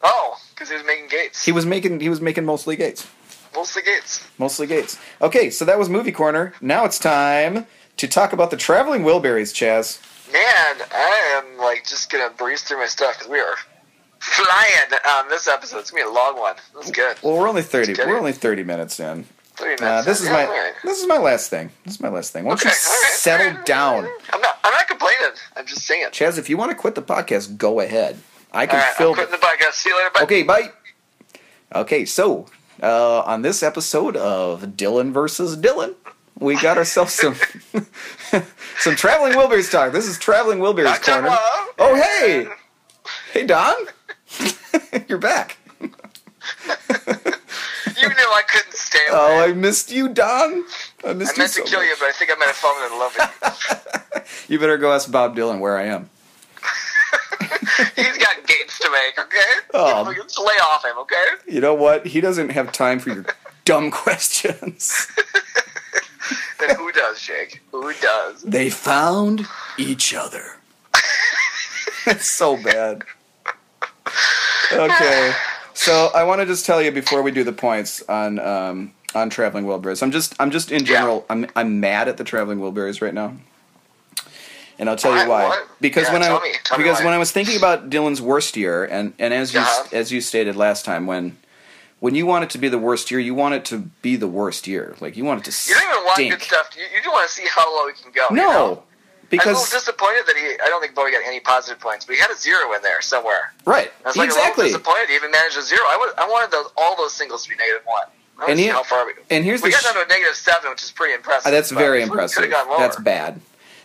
Oh, because he was making gates. He was making he was making mostly gates. Mostly gates. Mostly gates. Okay, so that was movie corner. Now it's time to talk about the traveling Wilburys, Chaz. Man, I am like just gonna breeze through my stuff because we are flying on this episode. It's gonna be a long one. That's good. Well, we're only thirty. Let's get We're it. only thirty minutes in. Three minutes. Uh, this is Yeah, my all right. this is my last thing. This is my last thing. Why don't you Okay, all right, all settle right, all down, I'm not. I'm not complaining. I'm just saying. Chaz? If you want to quit the podcast, go ahead. I All can right, I'm fill. quitting the podcast. See you later. Bye. Okay, bye. Okay, so uh, on this episode of Dylan versus Dylan, we got ourselves some (laughs) some traveling Wilburys talk. This is traveling Wilburys Doctor corner. Love. Oh hey, hey Don, (laughs) you're back. You knew I couldn't stay away. Oh, I missed you, Don. I missed I you meant so to kill much. you, but I think I might have fallen in love with You better go ask Bob Dylan where I am. (laughs) you. He's got gates to make, okay? Oh. You fucking lay off him, okay? You know what? He doesn't have time for your (laughs) dumb questions. Then who does, Jake? Who does? They found each (laughs) other. That's so bad. (sighs) Okay. So I want to just tell you before we do the points on um, on traveling Wilburys. I'm just I'm just in general I'm I'm mad at the traveling Wilburys right now. and I'll tell you Why? why. What? Because Yeah, when I tell me. Tell me because why. when I was thinking about Dylan's worst year, and and as you Uh-huh. as you stated last time, when when you want it to be the worst year, you want it to be the worst year. Like you want it to You stink. don't even want good stuff. You, you do want to see how low he can go. you know? No, I'm a little because disappointed that he. I don't think Bowie got any positive points, but he had a zero in there somewhere. right, I was like a exactly. little disappointed. He even managed a zero. I, was, I wanted those, all those singles to be negative one. I wanna And see he- how far we, and here's we the got sh- down to a negative seven, which is pretty impressive. Uh, That's but very we could've impressive. gone lower. That's bad.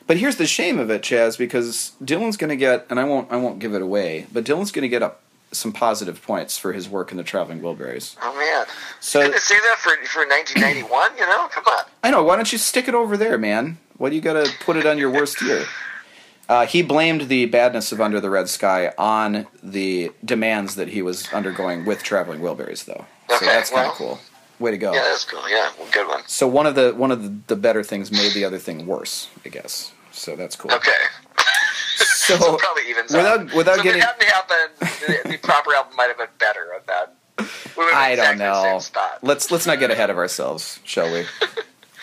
But here's the shame of it, Chaz, because Dylan's going to get, and I won't, I won't give it away, but Dylan's going to get up some positive points for his work in the Traveling Wilburys. Oh man, So couldn't it say that for for 1991? you know, come on. I know. Why don't you stick it over there, man? Why do you got to put it on your worst year? Uh, he blamed the badness of Under the Red Sky on the demands that he was undergoing with Traveling Wilburys, though. so Okay, that's kind well- of cool. Way to go. Yeah, that's cool. Yeah, well, good one. so one of the one of the, the better things made the other thing worse, I guess. So that's cool. Okay, (laughs) So, so probably even so. without without so getting if it hadn't happened, the, the proper album might have been better. At that, we would've been (laughs) I don't exactly the same know. spot. Let's let's not get ahead of ourselves, shall (laughs) we?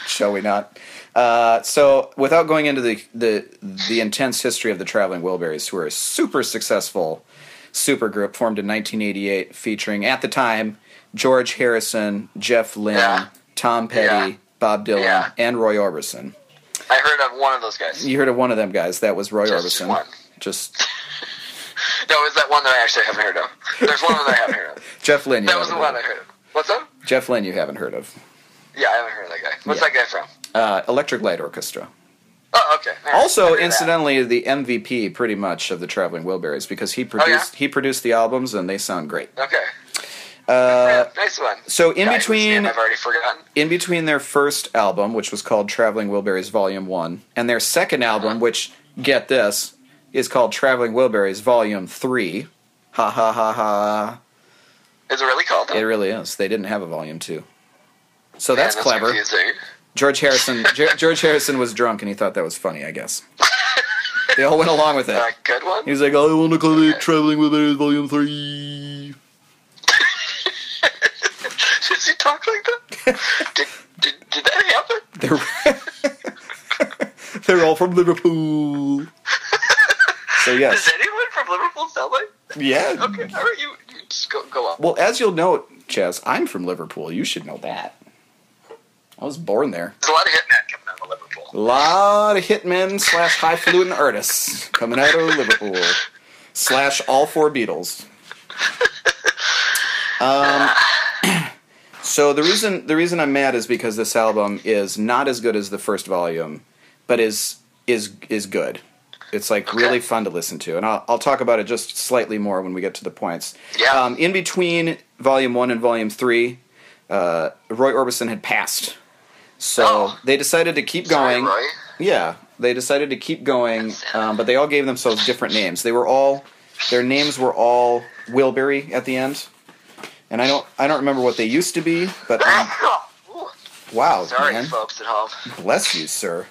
shall we not? Uh, so, without going into the, the the intense history of the Traveling Wilburys, who are a super successful super group formed in 1988, featuring at the time George Harrison, Jeff Lynne, Yeah. Tom Petty, Yeah. Bob Dylan, Yeah. and Roy Orbison. I heard of one of those guys. You heard of one of them guys? That was Roy Just Orbison. one. Just No, it's that one that I actually haven't heard of. There's one that I (laughs) haven't heard of. Jeff Lynne. you That was the haven't one heard I of. heard of. What's up? Jeff Lynne, you haven't heard of. Yeah, I haven't heard of that guy. What's Yeah. that guy from? Uh, Electric Light Orchestra. Oh, okay. All right. I Also, heard of that. incidentally, the MVP pretty much of the Traveling Wilburys because he Oh, yeah? produced he produced the albums and they sound great. Okay. Uh, Yeah, nice one. so in Guy whose between- name I've already forgotten. in between their first album, which was called Traveling Wilburys Volume One, and their second Uh-huh. album, which get this is called Traveling Wilburys Volume Three. Ha ha ha ha! Is it really called? It that? really is. They didn't have a Volume Two, so Man, that's clever. confusing. George Harrison Ge- George Harrison was drunk and he thought that was funny. I guess they all went along with it. Uh, good one. He's like, I want to call it Traveling Wilburys Volume Three. (laughs) Does he talk like (laughs) that? did, did, did that happen? They're (laughs) they're all from Liverpool. so yes, Does anyone from Liverpool sound like? yeah. Okay, all right, you, you just go go on. Well, as you'll note, Chaz, I'm from Liverpool. You should know that. I was born there. There's a lot of hitmen coming out of Liverpool. A lot of hitmen slash highfalutin artists coming out of Liverpool slash all four Beatles. Um, (clears throat) so the reason the reason I'm mad is because this album is not as good as the first volume, but is is is good. It's like really fun to listen to, and I'll, I'll talk about it just slightly more when we get to the points. Yeah. Um, in between volume one and volume three, uh, Roy Orbison had passed, so Oh. they decided to keep going. Sorry, Roy. Yeah, they decided to keep going, um, but they all gave themselves different names. They were all their names were all Wilbury at the end, and I don't I don't remember what they used to be, but um, Ooh, wow, Ah! (laughs) sorry, man, folks at home. bless you, sir.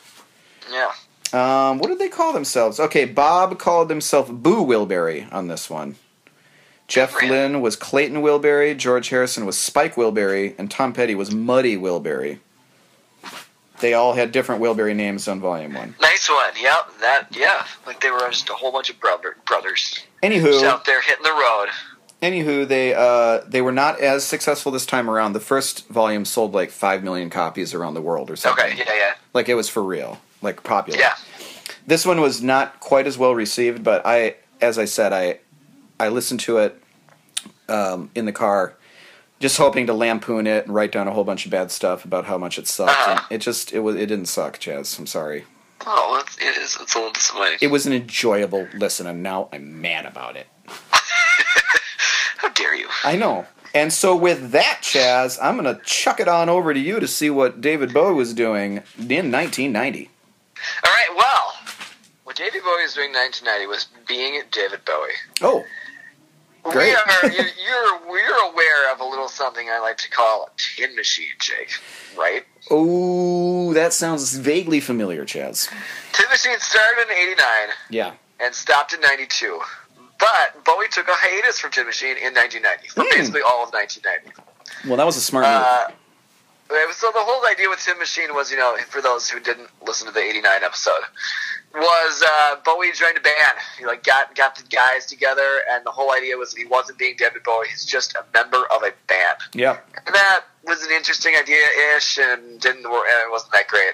Yeah. Um, what did they call themselves? Okay, Bob called himself Boo Wilbury on this one. Jeff Really? Lynne was Clayton Wilbury, George Harrison was Spike Wilbury, and Tom Petty was Muddy Wilbury. They all had different Wilbury names on Volume One. Nice one. Yep. That. Yeah. Like they were just a whole bunch of brother, brothers Anywho, just out there hitting the road. Anywho, they uh, they were not as successful this time around. The first volume sold like five million copies around the world or something. Okay. Yeah. Yeah. Like it was for real, like popular. Yeah. This one was not quite as well received, but I, as I said, I I listened to it um, in the car, just hoping to lampoon it and write down a whole bunch of bad stuff about how much it sucked. Uh-huh. And it just it was it didn't suck, Chaz. I'm sorry. Oh, it's, it is. It's a little disappointing. It was an enjoyable listen, and now I'm mad about it. How dare you? I know. And so with that, Chaz, I'm gonna chuck it on over to you to see what David Bowie was doing in 1990. All right. Well, what David Bowie was doing in 1990 was being David Bowie. Oh, We Great. are. you- You're. We're aware of a little something I like to call a tin machine, Jake. Right. oh, that sounds vaguely familiar, Chaz. Tin machine started in '89 Yeah. and stopped in '92. But Bowie took a hiatus from Tin Machine in 1990, for Hmm. basically all of 1990. Well, that was a smart move. Uh, it was- so the whole idea with Tin Machine was, you know, for those who didn't listen to the '89 episode, was uh, Bowie joined a band. He like got got the guys together, and the whole idea was that he wasn't being David Bowie. He's just a member of a band. Yeah. And that was an interesting idea ish, and didn't work. And it wasn't that great.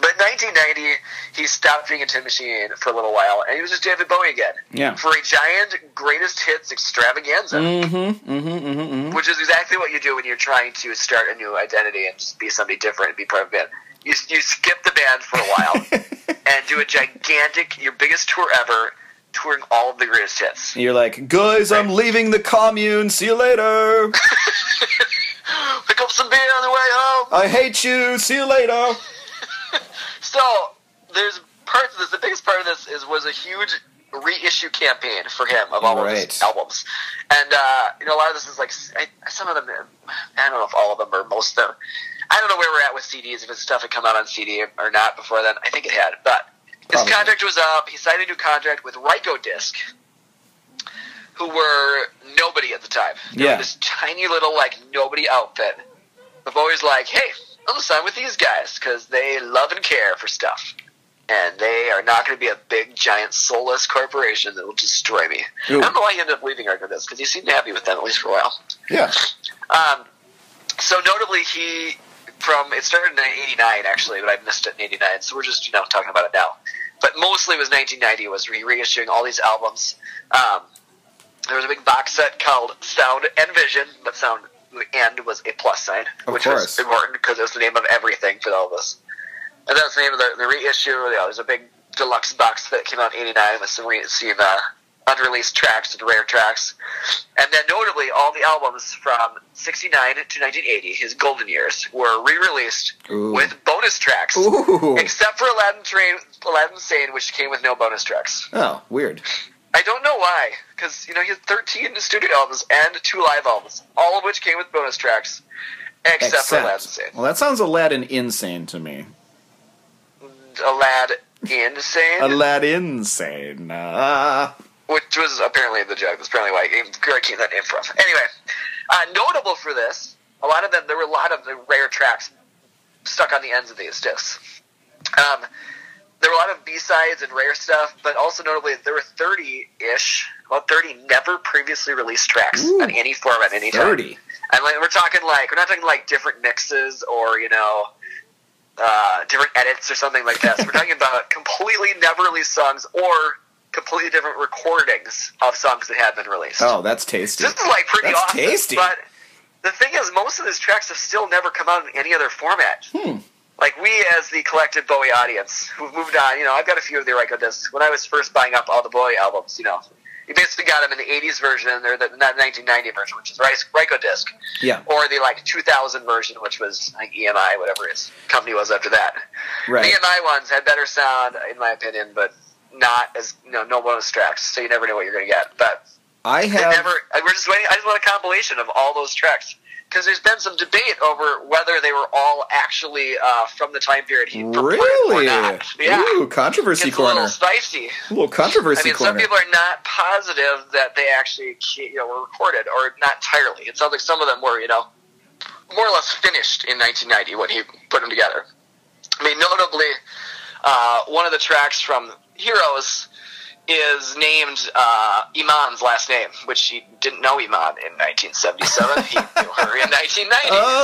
But in 1990, he stopped being a Tin Machine for a little while, and he was just David Bowie again. Yeah. For a giant greatest hits extravaganza Mm-hmm, which is exactly what you do when you're trying to start a new identity and just be somebody different and be part of a band. You, you skip the band for a while and do a gigantic, your biggest tour ever, touring all of the greatest hits. And you're like, guys, I'm leaving the commune. See you later. Pick up some beer on the way home. I hate you. See you later. So there's parts of this. The biggest part of this is was a huge reissue campaign for him of all of Right. his albums, and uh, you know a lot of this is like I, some of them. I don't know if all of them or most of them. I don't know where we're at with CDs. If his stuff had come out on CD or not before then, I think it had. But his Probably. contract was up. He signed a new contract with Ryko Disc, who were nobody at the time. They Yeah. were this tiny little like nobody outfit. The boy's like, hey, I'm gonna sign with these guys because they love and care for stuff, and they are not going to be a big giant soulless corporation that will destroy me. Ooh. I don't know why he ended up leaving Ryko Disc because he seemed happy with them at least for a while. Yeah. Um, so notably, he from it started in '89 actually, but I missed it in '89, so we're just you know talking about it now. But mostly it was 1990 was re- reissuing all these albums. Um, there was a big box set called Sound and Vision, but Sound and was a plus sign, Of which course. was important because it was the name of everything for all of us. And that's the name of the, the reissue. You know, there's a big deluxe box that came out in '89 with some, re- some uh, unreleased tracks and rare tracks. And then, notably, all the albums from '69 to 1980, his golden years, were re-released Ooh. with bonus tracks, Ooh. except for Aladdin Train, Aladdin Sane, which came with no bonus tracks. Oh, weird. I don't know why, because you know he had 13 studio albums and two live albums, all of which came with bonus tracks, except, for Aladdin Sane. Well, that sounds Aladdin insane to me. Aladdin Insane. Aladdin insane. Ah. which was apparently the joke. That's apparently why Greg came that name from. Anyway, uh, notable for this, a lot of them. There were a lot of the rare tracks stuck on the ends of these discs. Um, there were a lot of B sides and rare stuff, but also notably, there were thirty ish, about thirty never previously released tracks on any format, any time. 30. And like, we're talking like we're not talking like different mixes or you know uh, different edits or something like that. So we're talking about completely never released songs or completely different recordings of songs that had been released. Oh, that's tasty. This is like pretty That's awesome. tasty. But the thing is, most of these tracks have still never come out in any other format. Hmm. Like we, as the collective Bowie audience, who've moved on. You know, I've got a few of the record discs. When I was first buying up all the Bowie albums, you know. You basically got them in the '80s version, or the not 1990 version, which is Rice- Ryko disc, Yeah. or the like 2000 version, which was like EMI, whatever its company was after that. Right. The EMI ones had better sound, in my opinion, but not as you know, no bonus tracks, so you never know what you're going to get. But I they have. never. I- We're just waiting. I just want a compilation of all those tracks because there's been some debate over whether they were all actually uh, from the time period he purported or Really? not. Yeah. Ooh, controversy Gets a corner. little spicy. A little controversy I mean, corner. some people are not positive that they actually you know, were recorded, or not entirely. It sounds like some of them were, you know, more or less finished in 1990 when he put them together. I mean, notably, uh, one of the tracks from Heroes is named uh, Iman's last name, which he didn't know Iman in 1977. he knew (laughs) her in 1990.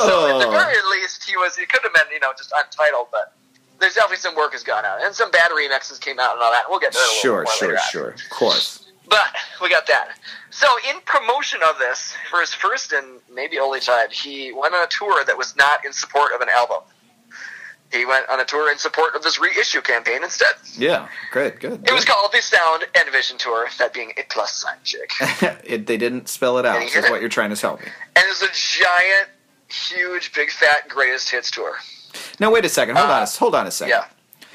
So at the Oh. very least, he was. He could have been, you know, just untitled, but. There's definitely some work has gone out, and some bad remixes came out and all that. We'll get to that a little sure, more sure, later on. sure. Of course. But we got that. So in promotion of this, for his first and maybe only time, he went on a tour that was not in support of an album. He went on a tour in support of this reissue campaign instead. Yeah. Great. Good. It was called the Sound and Vision Tour, that being a plus sign (laughs) chick. It- they didn't spell it out. Any Is hit? what you're trying to tell me. and it was a giant, huge, big, fat greatest hits tour. Now wait a second. Hold on. A, hold on a second. Uh,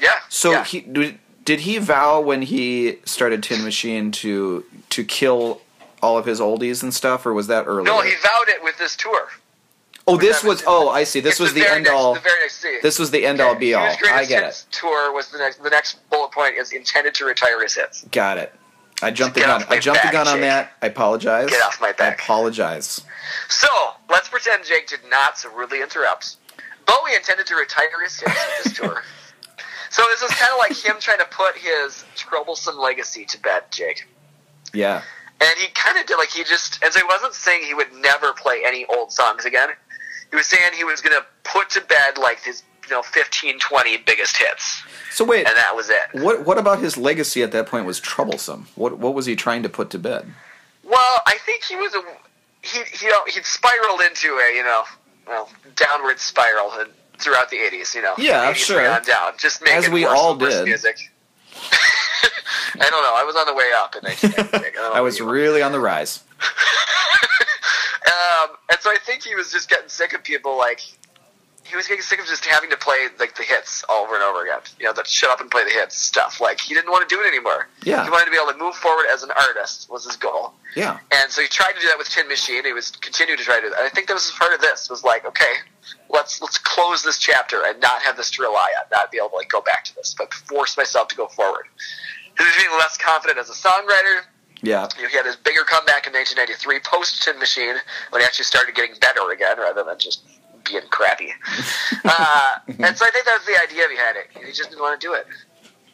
Yeah. Yeah. So yeah. he did did he vow when he started Tin Machine to to kill all of his oldies and stuff, or was that earlier? No, he vowed it with this tour. oh, this that was was. his- Oh, I see. This It's was the, very end next- all. The very next scene. this was the end all be all. His greatest I get hits it. tour was the next. The next bullet point is intended to retire his hits. Got it. I jumped the Get gun. off my I jumped the back, gun on Jake. that. I apologize. Get off my back. I apologize. So let's pretend Jake did not so rudely interrupt Bowie intended to retire his hits with this tour. So this is kind of like him trying to put his troublesome legacy to bed, Jake. Yeah. And he kind of did, like, he just, as I wasn't saying he would never play any old songs again, he was saying he was going to put to bed, like, his, you know, 15, 20 biggest hits. So wait, And that was it. what what about his legacy at that point was troublesome? What what was he trying to put to bed? Well, I think he was a he he he'd spiraled into a you know well, downward spiral and throughout the eighties. You know, Yeah, 80s sure. right on down, just making As we worse all and worse did. Music. (laughs) I don't know. I was on the way up in 1996. don't know (laughs) I was about you. really on the rise. um, and so I think he was just getting sick of people like. He was getting sick of just having to play like the hits over and over again. You know, that shut up and play the hits stuff. Like he didn't want to do it anymore. Yeah. He wanted to be able to move forward as an artist was his goal. Yeah. And so he tried to do that with Tin Machine. He was continued to try to do that. And I think that was part of this was like, okay, let's let's close this chapter and not have this to rely on, not be able to like go back to this, but force myself to go forward. He was being less confident as a songwriter. Yeah. You know, he had his bigger comeback in 1993 post Tin Machine when he actually started getting better again rather than just being (laughs) crappy. uh, and so I think that was the idea behind it. He just didn't want to do it.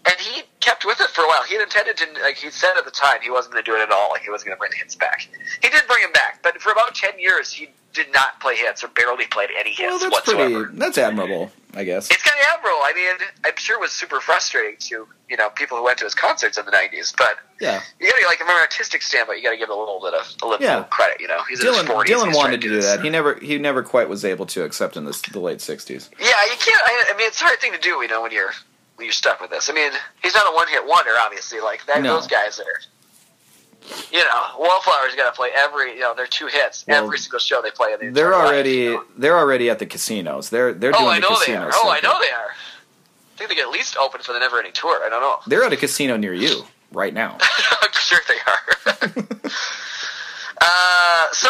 And he kept with it for a while. He had intended to, like he said at the time, he wasn't going to do it at all. Like he wasn't going to bring the hits back. He did bring them back, but for about 10 years, he did not play hits or barely played any hits Well, that's whatsoever pretty. That's admirable, I guess. it's kind of admirable. I mean, I'm sure it was super frustrating to you know people who went to his concerts in the '90s, but Yeah. you gotta like from an artistic standpoint, you gotta give it a little bit of a little bit Yeah. of credit. You know, he's in Dylan his 40s. Dylan he's trying wanted to do this. that. He never he never quite was able to, except in this, the late '60s. Yeah, you can't. I, I mean, it's a hard thing to do. You know, when you're when you're stuck with this. I mean, he's not a one-hit wonder, obviously. Like that, No. those guys that are. You know, Wallflowers got to play every. You know, their two hits Well, every single show they play. In their They're entire life, already you know? they're already at the casinos. They're they're doing Oh, I the know they casinos. are. Oh, I know they are. I think they get at least open for the Never Ending Tour. I don't know. They're at a casino near you right (laughs) now. I'm sure they are. uh, so,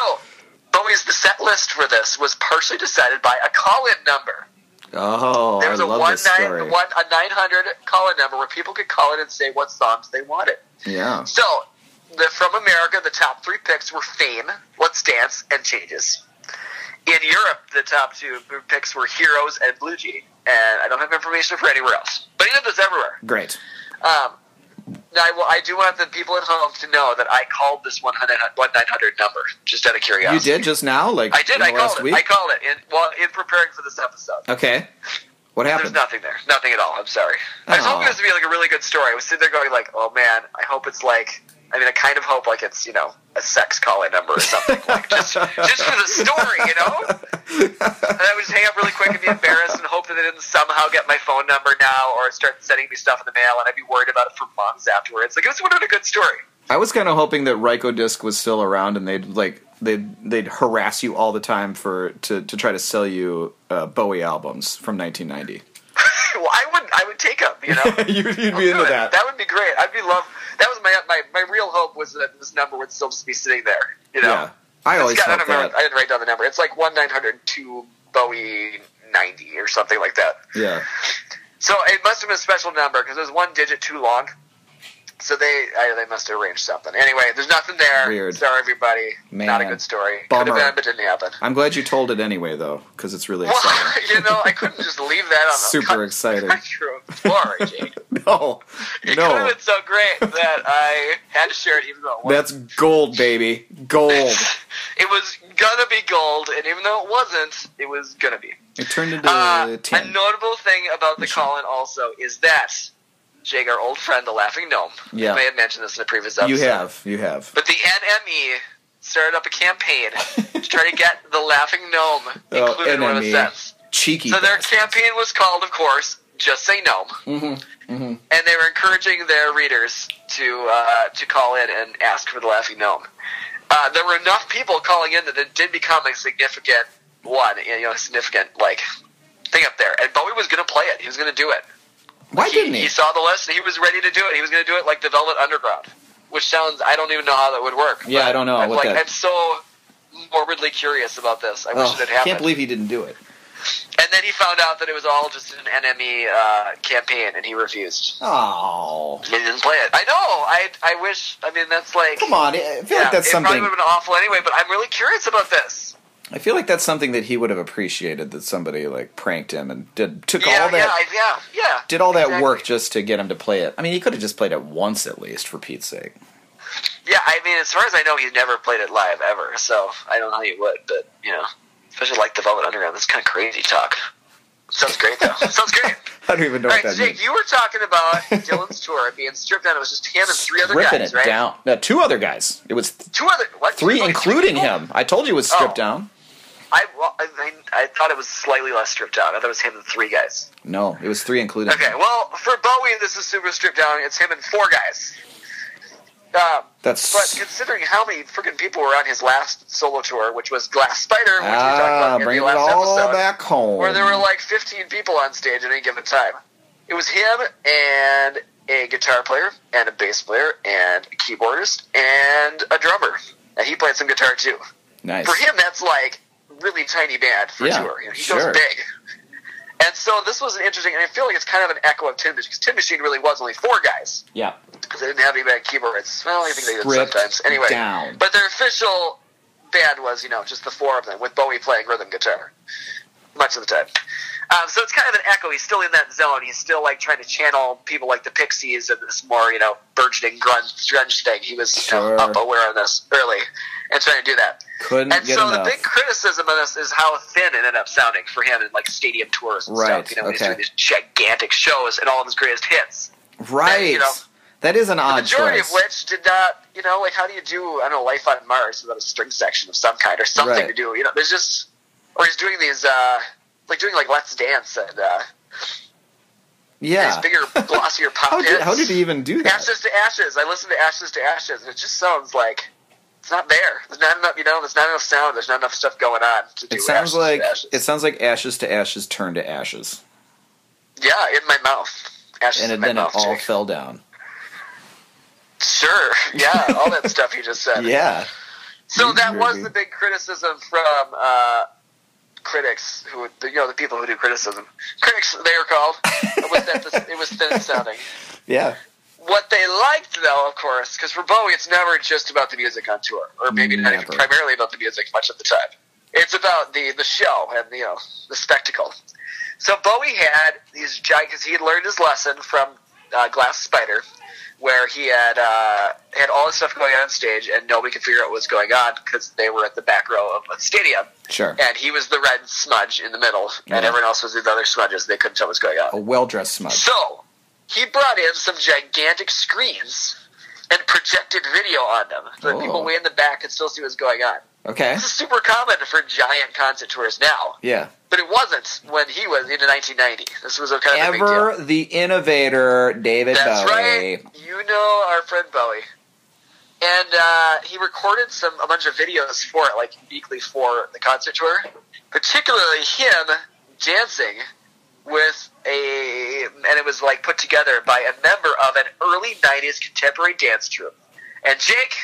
Bowie's the set list for this was partially decided by a call-in number. Oh, There I was a love one this story. nine one a nine hundred call-in number where people could call in and say what songs they wanted. Yeah. So, the from America, the top three picks were Fame, Let's Dance, and Changes. In Europe, the top two picks were Heroes and Blue Jean, and I don't have information for anywhere else. But he did this everywhere. Great. Um, now, I, will- I do want the people at home to know that I called this 1-900 number, just out of You curiosity. did just now, like I did. in the I last called it. week. I called it in, well, in preparing for this episode. okay. What There's happened? nothing there. Nothing at all. I'm sorry. I was Aw. hoping this would be like a really good story. I was sitting there going like, oh man, I hope it's like, I mean, I kind of hope like it's, you know, a sex call-in number or something. (laughs) like just, just for the story, you know? And I would just hang up really quick and be embarrassed and hope that they didn't somehow get my phone number now or start sending me stuff in the mail and I'd be worried about it for months afterwards. Like, it was would have been a good story. (laughs) I was kind of hoping that Ryko Disc was still around and they'd like they'd they'd harass you all the time for to to try to sell you uh, Bowie albums from (laughs) 1990. Well, I would I would take them, (laughs) you know? you'd, you'd be I'll do into it. that. That would be great. I'd be love. That was my, my, my real hope was that this number would still just be sitting there, you know? yeah. I It's always got- I, felt don't remember, that. I didn't write down the number. It's like one nine hundred two Bowie ninety or something like that. yeah. So it must have been a special number because it was one digit too long. So they I, they must have arranged something. Anyway, there's nothing there. Weird. Sorry, everybody. Not a Man. good story. Could Bummer. have been, but didn't happen. I'm glad you told it anyway, though, because it's really Well, exciting. (laughs) you know, I couldn't just leave that on the Super exciting. room (laughs) floor, Jake. No, It could have no, been so great that I had to share it even though it wasn't. that's gold, baby, gold. (laughs) It was gonna be gold, and even though it wasn't, it was gonna be. It turned into Uh, a ten. notable thing about the call-in also is that Jake, our old friend, the Laughing Gnome, Yeah. I may have mentioned this in a previous episode. You have, you have. But the NME started up a campaign to try to get the Laughing Gnome (laughs) Oh, included in one of the NME. sets. Cheeky. So their bastard. campaign was called, of course, "Just Say Gnome," Mm-hmm, and they were encouraging their readers to uh, to call in and ask for the Laughing Gnome. Uh, there were enough people calling in that it did become a significant one, you know, a significant like thing up there. And Bowie was going to play it; he was going to do it. Why didn't He, he? he saw the list and he was ready to do it. He was going to do it like the Velvet Underground, which sounds I don't even know how that would work. Yeah, but I don't know I'm what like that- I'm so morbidly curious about this. I wish Oh, it had happened. can't believe he didn't do it. And then he found out that it was all just an NME uh, campaign, and he refused. Oh, He didn't play it. I know. I I wish. I mean, that's like. come on! I I feel like that's it something. probably would have been awful anyway. But I'm really curious about this. I feel like that's something that he would have appreciated that somebody like pranked him and did took yeah, all that yeah, yeah, yeah. did all that exactly. work just to get him to play it. I mean, he could have just played it once at least for Pete's sake. Yeah, I mean, as far as I know, he's never played it live ever, so I don't know how you would, but you know, especially like the Velvet Underground. That's kind of crazy talk. Sounds great (laughs) though. Sounds great. I don't even know All right, what that Jake, means. you were talking (laughs) about Dylan's tour being stripped down. It was just him and three other Ripping guys, it right? Oh, down. No, two other guys. It was th- Two other, what? three, Like, including people? him. I told you it was stripped Oh. down. I, well, I, mean, I thought it was slightly less stripped down. I thought it was him and three guys. No, it was three, including. Okay, him. well, for Bowie, this is super stripped down. It's him and four guys. Um, That's But considering how many freaking people were on his last solo tour, which was Glass Spider, which we ah, talked about in bring the it last all episode, back home. where there were like 15 people on stage at any given time, it was him and a guitar player and a bass player and a keyboardist and a drummer, and he played some guitar too. nice. For him, that's like really tiny band for Yeah, sure. You know, he sure. goes big. And so this was an interesting, and I feel like it's kind of an echo of Tin Machine because Tin Machine really was only four guys yeah, because they didn't have any bad keyboards. Well, I think they did Stripped sometimes. Anyway, down. but their official band was, you know, just the four of them with Bowie playing rhythm guitar much of the time. Um, so it's kind of an echo. He's still in that zone. He's still like trying to channel people like the Pixies and this more, you know, burgeoning grunge, grunge thing. He was you know, Sure. up aware of this early and trying to do that. couldn't And get so enough. the big criticism of this is how thin it ended up sounding for him in like stadium tours and Right, stuff. You know, when he's okay. doing these gigantic shows and all of his greatest hits right. you know, that is an the odd majority choice. of which did not, you know, like how do you do, I don't know, Life on Mars without a string section of some kind or something Right. to do, you know, there's just, or he's doing these, uh, like doing like Let's Dance and, uh, yeah. these (laughs) bigger, glossier pop How did, hits. how did he even do that? Ashes to Ashes, I listened to Ashes to Ashes and it just sounds like, it's not there. There's not enough, you know, there's not enough sound, there's not enough stuff going on to do It sounds Ashes like to Ashes. it sounds like ashes to ashes turned to ashes, yeah, in my mouth. Ashes and in it, my then it mouth. all Jake. fell down. (laughs) Sure, (laughs) yeah, all that stuff you just (laughs) said. Yeah, So that was Maybe. the big criticism from uh, critics, who you know the people who do criticism. Critics, they were called. It was that this, it was thin sounding. yeah. What they liked, though, of course, because for Bowie, it's never just about the music on tour, or maybe not even Never. primarily about the music much of the time. It's about the the show and you know the spectacle. So Bowie had these giant because he had learned his lesson from uh, Glass Spider, where he had uh, had all this stuff going on stage and nobody could figure out what was going on because they were at the back row of a stadium Sure. and he was the red smudge in the middle and Yeah. everyone else was the other smudges. They couldn't tell what was going on. A well dressed smudge. So he brought in some gigantic screens and projected video on them so that Oh. people way in the back could still see what's going on. Okay. This is super common for giant concert tours now, Yeah. but it wasn't when he was in 1990. This was a kind of a big deal. Ever the innovator, David That's Bowie. right. You know our friend Bowie. And uh, he recorded some a bunch of videos for it, like uniquely for the concert tour. Particularly him dancing with a, and it was like put together by a member of an early '90s contemporary dance troupe. And Jake,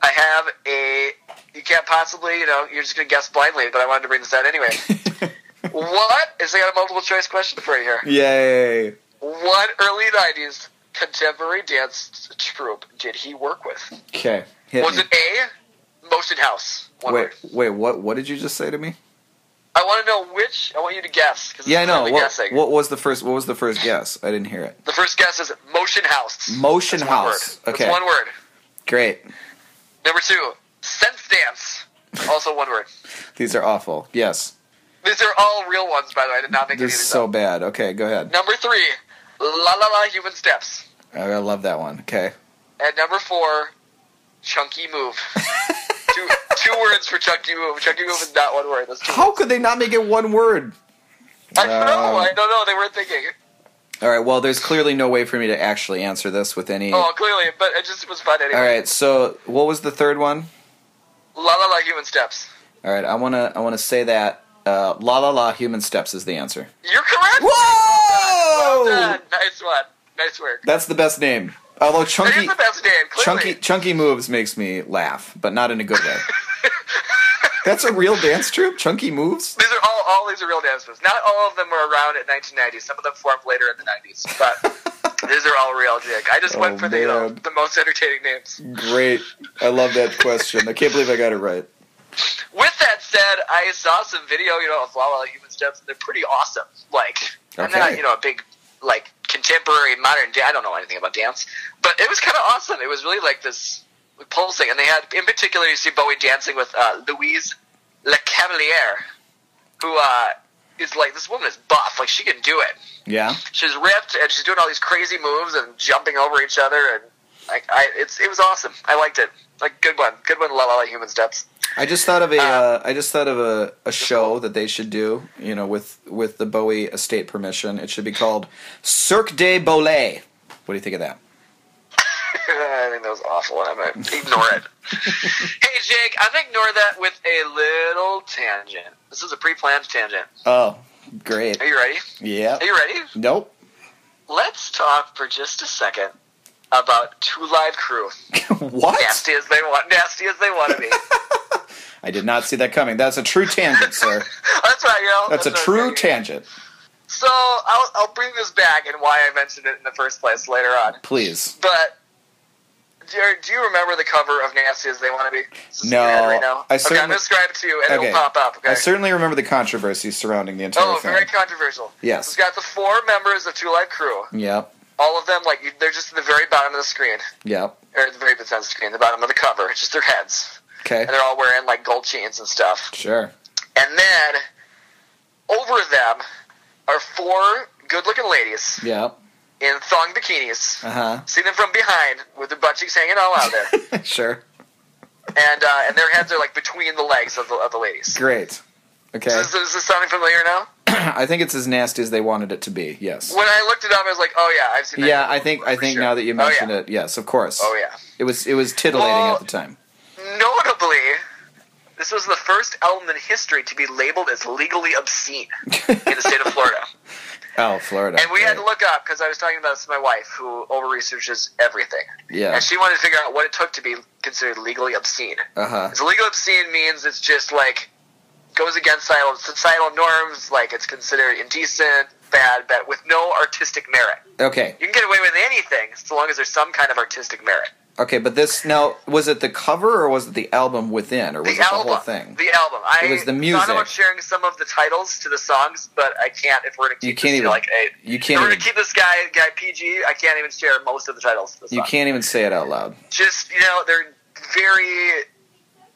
I have a, you can't possibly, you know, you're just gonna guess blindly, but I wanted to bring this out anyway. (laughs) what is? I got a multiple choice question for you here. Yay. What early 90s contemporary dance troupe did he work with? Okay. Hit Was me. it A, Motion House? One wait, word. wait, what what did you just say to me? I want to know which, I want you to guess. 'cause Yeah, I it's know. clearly What, guessing. what was the first what was the first guess? I didn't hear it. The first guess is Motion House. Motion That's one house. word. Okay. That's one word. Great. Number two, Sense Dance. Also one word. These are awful. Yes. These are all real ones, by the way. I did not make They're any of these so up. bad. Okay, go ahead. Number three, La La La Human Steps. I love that one. Okay. And number four, Chunky (laughs) Move. two, two words for Chunky Move. Chunky Move is not one word. That's two How could they not make it one word? I don't Um, know. I don't know. They weren't thinking. All right. Well, there's clearly no way for me to actually answer this with any. Oh, clearly, but it just was fun anyway. All right. So, what was the third one? La la la, human steps. All right. I wanna I wanna say that uh, la la la human steps is the answer. You're correct. Whoa! Done. Nice one. Nice work. That's the best name. Although That chunky is the best name. Clearly. chunky chunky moves makes me laugh, but not in a good (laughs) way. That's a real dance troupe. Chunky moves. These are all. All these are real dances. Not all of them were around at 1990. Some of them formed later in the 90s. (laughs) But these are all real, Jake. I just Oh, went for the you know, man. the most entertaining names. Great. I love that question. I can't believe I got it right. With that Instead, I saw some video, you know, of La La Human Steps, and they're pretty awesome. Like, I'm Okay. not, you know, a big, like, contemporary, modern, da- I don't know anything about dance, but it was kind of awesome. It was really like this pulsing, and they had, in particular, you see Bowie dancing with uh, Louise Le Cavalier, who uh, is like, this woman is buff. Like, she can do it Yeah. she's ripped and she's doing all these crazy moves and jumping over each other and I, I it's it was awesome. I liked it. Like good one, good one. La la la. Human steps. I just thought of Ah. a. Uh, I just thought of a, a show that they should do. You know, with with the Bowie estate permission, it should be called Cirque de Bolet. What do you think of that? (laughs) I think that was awful, and I'm gonna ignore (laughs) it. hey Jake, I'm gonna ignore that with a little tangent. This is a pre-planned tangent. Oh, great. Are you ready? Yeah. Are you ready? Nope. (laughs) Let's talk for just a second about Two Live Crew. What? Nasty as they want, nasty as they (laughs) want to be. I did not see that coming. That's a true tangent, (laughs) sir. That's right, yo. That's a what I'm true saying. tangent. So I'll, I'll bring this back and why I mentioned it in the first place later on. Please. But do you, do you remember the cover of Nasty as They Want to Be? It's just No, in your head Right now? I okay, I'm certainly- going to describe it to you, and Okay. it'll pop up. Okay. I certainly remember the controversy surrounding the entire oh, thing. very controversial. Yes. It's got the four members of Two Live Crew. Yep. All of them, like, you- they're just at the very bottom of the screen. Yep. Or at the very bottom of the screen, the bottom of the cover. It's just their heads. Okay. And they're all wearing, like, gold chains and stuff. Sure. And then, over them are four good looking ladies Yep. in thong bikinis. Uh See them from behind with their butt cheeks hanging all out there. (laughs) huh. (laughs) sure. and uh, and their heads are like between the legs of the, of the ladies. Great. Okay. Is, this, is this sounding familiar now? (clears throat) I think it's as nasty as they wanted it to be. Yes. When I looked it up, I was like, oh yeah, I've seen. that Yeah, before, I think for I think sure. now that you Oh, mentioned yeah. it, yes, of course. Oh yeah. It was it was titillating Well- at the time. Notably, this was the first album in history to be labeled as legally obscene in the state of (laughs) Florida. Oh, Florida. And we had to Right. look up because I was talking about this to my wife, who over researches everything, Yeah. and she wanted to figure out what it took to be considered legally obscene. Uh huh. It's legal obscene means it's just like goes against societal, societal norms, like it's considered indecent, bad, bad, with no artistic merit. Okay. You can get away with anything so long as there's some kind of artistic merit. Okay, but this now was it the cover or was it the album within or was The it album, the whole thing? the album. I It was the thought music. about sharing some of the titles to the songs, but I can't if we're gonna keep You this can't to, even- like a. you If can't we're gonna even, keep this guy guy PG. I can't even share most of the titles. To the you songs. can't even say it out loud. Just you know, they're very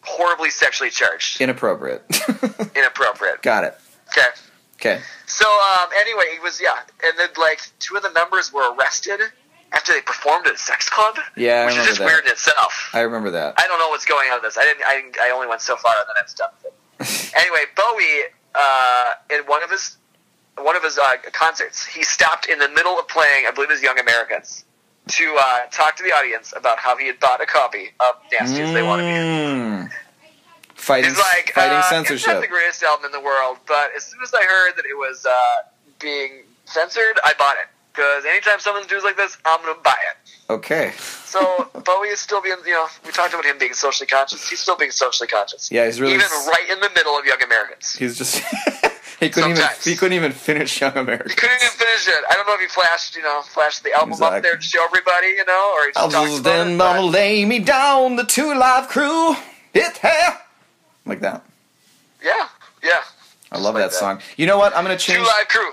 horribly sexually charged, Inappropriate. (laughs) inappropriate. Got it. Okay. Okay. So um, anyway, it was yeah, and then like two of the members were arrested after they performed at a sex club. Yeah, I which is remember just that. weird in itself. I remember that. I don't know what's going on with this. I didn't. I, didn't, I only went so far, and then I was done (laughs) with it. anyway, Bowie uh, in one of his one of his uh, concerts, he stopped in the middle of playing, I believe, it was Young Americans, to uh, talk to the audience about how he had bought a copy of Nasty as They Want to Be. Mm. Fighting, He's like fighting uh, It's not censorship. (laughs) the greatest album in the world, but as soon as I heard that it was uh, being censored, I bought it because anytime someone's doing like this, I'm gonna buy it. Okay. So Bowie is still being, you know, we talked about him being socially conscious. He's still being socially conscious. Yeah, he's really even s- right in the middle of Young Americans. He's just (laughs) he couldn't even Sometimes. he couldn't even finish Young He America. couldn't even finish it. I don't know if he flashed, you know, flashed the album Exactly. up there to show everybody, you know, or he just I'll talks just about then it. I'll But, lay me down the two live crew. It hair like that. yeah, yeah. I love like that, that. song. You know what? I'm gonna Two change. Live Crew.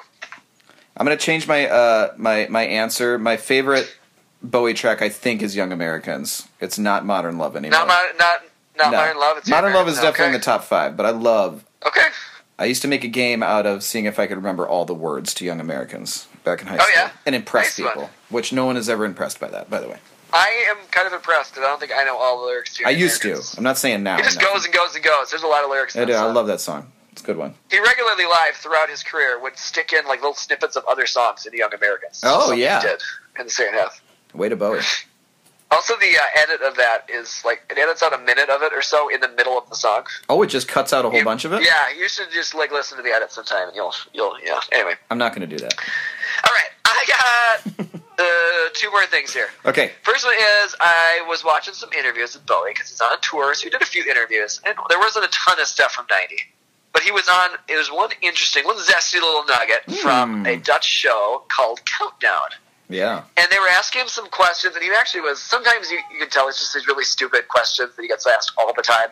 I'm gonna change my uh my my answer. My favorite Bowie track, I think, is Young Americans. It's not Modern Love anymore. Not my, not not No. Modern Love. It's Young Modern Love is Americans. definitely in the Okay. top five, but I love. Okay. I used to make a game out of seeing if I could remember all the words to Young Americans back in high Oh, school yeah? and impress Nice one. people, which no one is ever impressed by that. By the way, I am kind of impressed because I don't think I know all the lyrics. To I used to. Americans. I'm not saying now. It just no. goes and goes and goes. There's a lot of lyrics. in I do. that I song. love that song. It's a good one. He regularly live throughout his career would stick in like little snippets of other songs in the Young Americans. Oh, Something yeah. he did in the second half. Way to Bowie. Also, the uh, edit of that is like it edits out a minute of it or so in the middle of the song. Oh, it just cuts out a whole You- bunch of it. Yeah, you should just like listen to the edit sometime, and you'll you'll yeah. Anyway, I'm not gonna do that. all right, I (laughs) got uh, two more things here. Okay. First one is I was watching some interviews with Bowie because he's on tour, so he did a few interviews, and there wasn't a ton of stuff from '90, but he was on. It was one interesting, one zesty little nugget from a Dutch show called Countdown, Yeah. and they were asking him some questions, and he actually was. Sometimes you, you can tell it's just these really stupid questions that he gets asked all the time,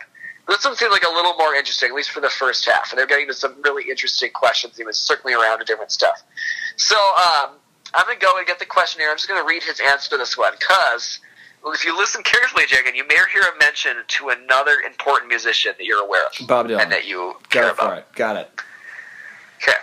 This one seemed like a little more interesting, at least for the first half. And they're getting to some really interesting questions. He was circling around to different stuff. So um, I'm going to go and get the questionnaire. I'm just going to read his answer to this one because if you listen carefully, Jagan, you may hear a mention to another important musician that you're aware of Bob Dylan. and that you care Got it for about. it. Got it. Okay.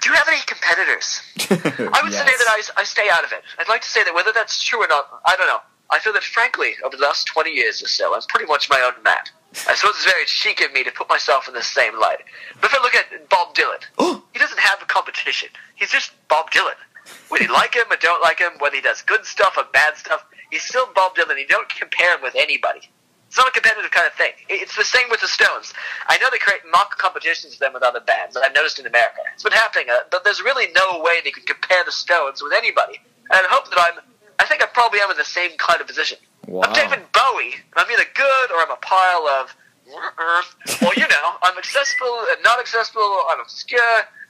Do you have any competitors? (laughs) I would say Yes. that I, I stay out of it. I'd like to say that whether that's true or not, I don't know. I feel that, frankly, over the last 20 years or so, I'm pretty much my own man. I suppose it's very chic of me to put myself in the same light. But if I look at Bob Dylan, he doesn't have a competition. He's just Bob Dylan. Whether you like him or don't like him, whether he does good stuff or bad stuff, he's still Bob Dylan. You don't compare him with anybody. It's not a competitive kind of thing. It- It's the same with the Stones. I know they create mock competitions with them with other bands, and I've noticed in America. It's been happening, uh, but there's really no way they could compare the Stones with anybody. And I hope that I'm, I think I probably am in the same kind of position. Wow. I'm David Bowie, and I'm either good or I'm a pile of, uh-uh. well, you know, I'm accessible and not accessible, I'm obscure,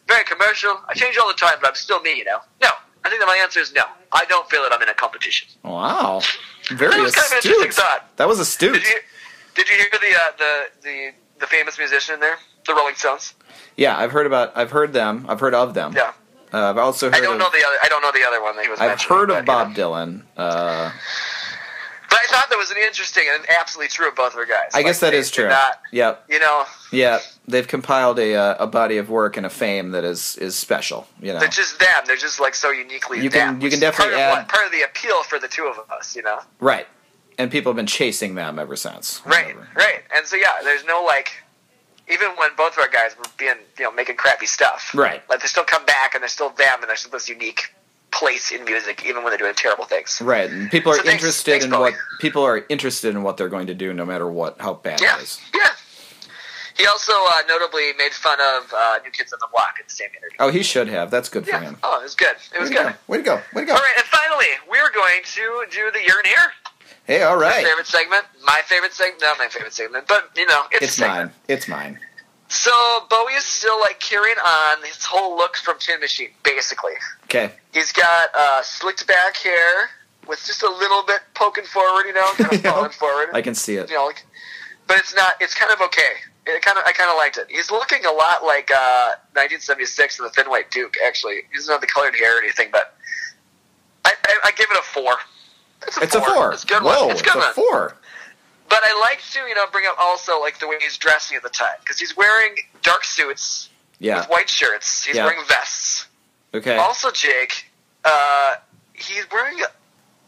very commercial. I change all the time, but I'm still me, you know? No. I think that my answer is no. I don't feel that I'm in a competition. Wow. Very That was kind of an astute. interesting thought. That was astute. Did you did you hear the uh, the the the famous musician there, the Rolling Stones? yeah, I've heard about. I've heard them. I've heard of them. Yeah, Uh, I've also heard. I don't of, know the other. I don't know the other one that he was. I've mentioning, heard of but, you know. Bob Dylan. Uh, But I thought that was an interesting and absolutely true of both of our guys. I guess that is true. Not, Yep. you know, Yeah, they've compiled a uh, a body of work and a fame that is is special. You know, they're just them. They're just like so uniquely. You can- you them, can which is definitely part of, add- what, part of the appeal for the two of us. You know, right? And people have been chasing them ever since. right, Whatever. right. And so yeah, there's no like. Even when both of our guys were being, you know, making crappy stuff, Right. Like they still come back and they're still them and they're still this unique place in music, even when they're doing terrible things. Right, and people are So thanks- interested thanks, in Bob. what people are interested in what they're going to do, no matter what how bad Yeah, it is. yeah. He also uh, notably made fun of uh, New Kids on the Block in the same interview. Oh, he should have. That's good Yeah. for him. Oh, it was good. It was Way to good. go. Way to go. Way to go. All right, and finally, we're going to do the year in here. Hey, all right. Favorite segment? My favorite segment? Not my favorite segment, but you know, it's, It's a segment. mine. It's mine. So Bowie is still like carrying on his whole look from Tin Machine, basically. Okay. He's got uh, slicked back hair with just a little bit poking forward, (laughs) you know, kind of Yeah. falling forward. I can see it. you know, like, but it's not. It's kind of okay. It kind of, I kind of liked it. He's looking a lot like uh, 1976 in the Thin White Duke. Actually, he doesn't have the colored hair or anything, but I, I, I give it a four. It's a It's four. a four. It's a good Whoa, one. It's a good a one. four. But I like to, you know, bring up also like the way he's dressing at the time because he's wearing dark suits Yeah. with white shirts. He's Yeah. wearing vests. Okay. Also, Jake, uh, he's wearing.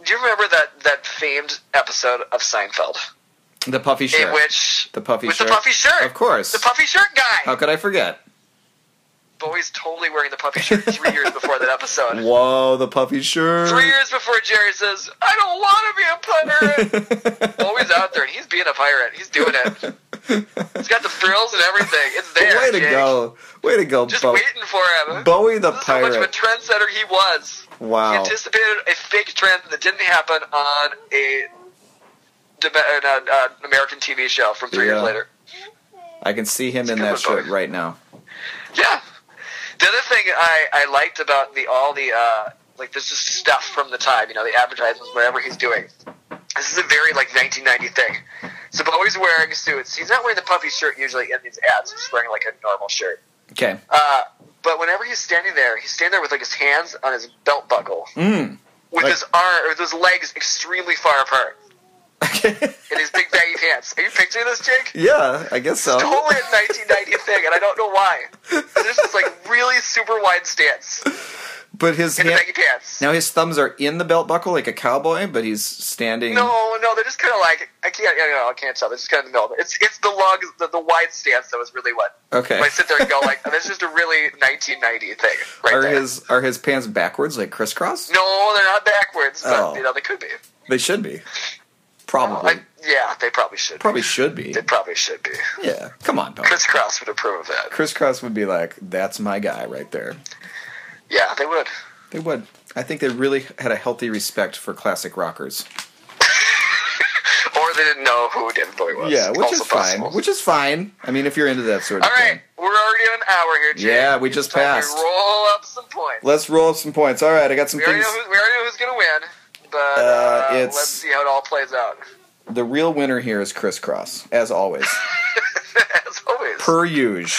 Do you remember that that famed episode of Seinfeld? The puffy shirt. in which The puffy with shirt. the puffy shirt, Of course. the puffy shirt guy. How could I forget? Bowie's totally wearing the puffy shirt three years before (laughs) that episode. Whoa, the puffy shirt. (laughs) Three years before Jerry says, "I don't want to be a pirate." Bowie's out there and he's being a pirate. He's doing it. He's got the frills and everything. It's there. (laughs) Way to Jake. go. Way to go, Just Bo- waiting for him. Bowie the This is how much of a pirate. trendsetter he was. He Wow. anticipated a fake trend that didn't happen on a deme- uh, an uh, American TV show from three Yeah. years later. I can see him in a that good one, shirt Bowie. right now. Yeah. The other thing I, I liked about the all the uh, like this is stuff from the time, you know, the advertisements, whatever he's doing. This is a very like 1990 thing. So Bowie's wearing suits. He's not wearing the puffy shirt usually in these ads. He's wearing like a normal shirt. Okay. Uh, but whenever he's standing there, he's standing there with like his hands on his belt buckle, with Like- his arm, with his legs extremely far apart, in his big baggy pants. Are you picturing this, Jake? yeah, I guess so. totally a 1990 thing, and I don't know why. There's this like really super wide stance But his in the hand- baggy pants. now his thumbs are in the belt buckle like a cowboy, but he's standing. No, no, they're just kind of like I can't, you know, I can't tell. They're just kind of in the middle. It's it's the long, the, the wide stance that was really what. Okay. I sit there and go like, "Oh, "This is just a really 1990 thing, right are there." his are his pants backwards like crisscross? no, they're not backwards, but Oh. you know they could be. They should be. Probably. I, yeah, they probably should. Probably should be. Be. They probably should be. Yeah. Come on, Bob. Chris Cross would approve of that. Crisscross would be like, "That's my guy right there." Yeah, they would. They would. I think they really had a healthy respect for classic rockers. Or they didn't know who David Bowie was. Yeah, which is Also fine. possible. Which is fine. I mean, if you're into that sort of All right, thing. we're already on an hour here, Jay. Yeah, we just It's time passed. To roll up some points. Let's roll up some points. All right, I got some we, already things. know who, we already know who's going to win, but Uh, uh, it's- let's see how it all plays out. (laughs) The real winner here is crisscross, as always. As always. per usual.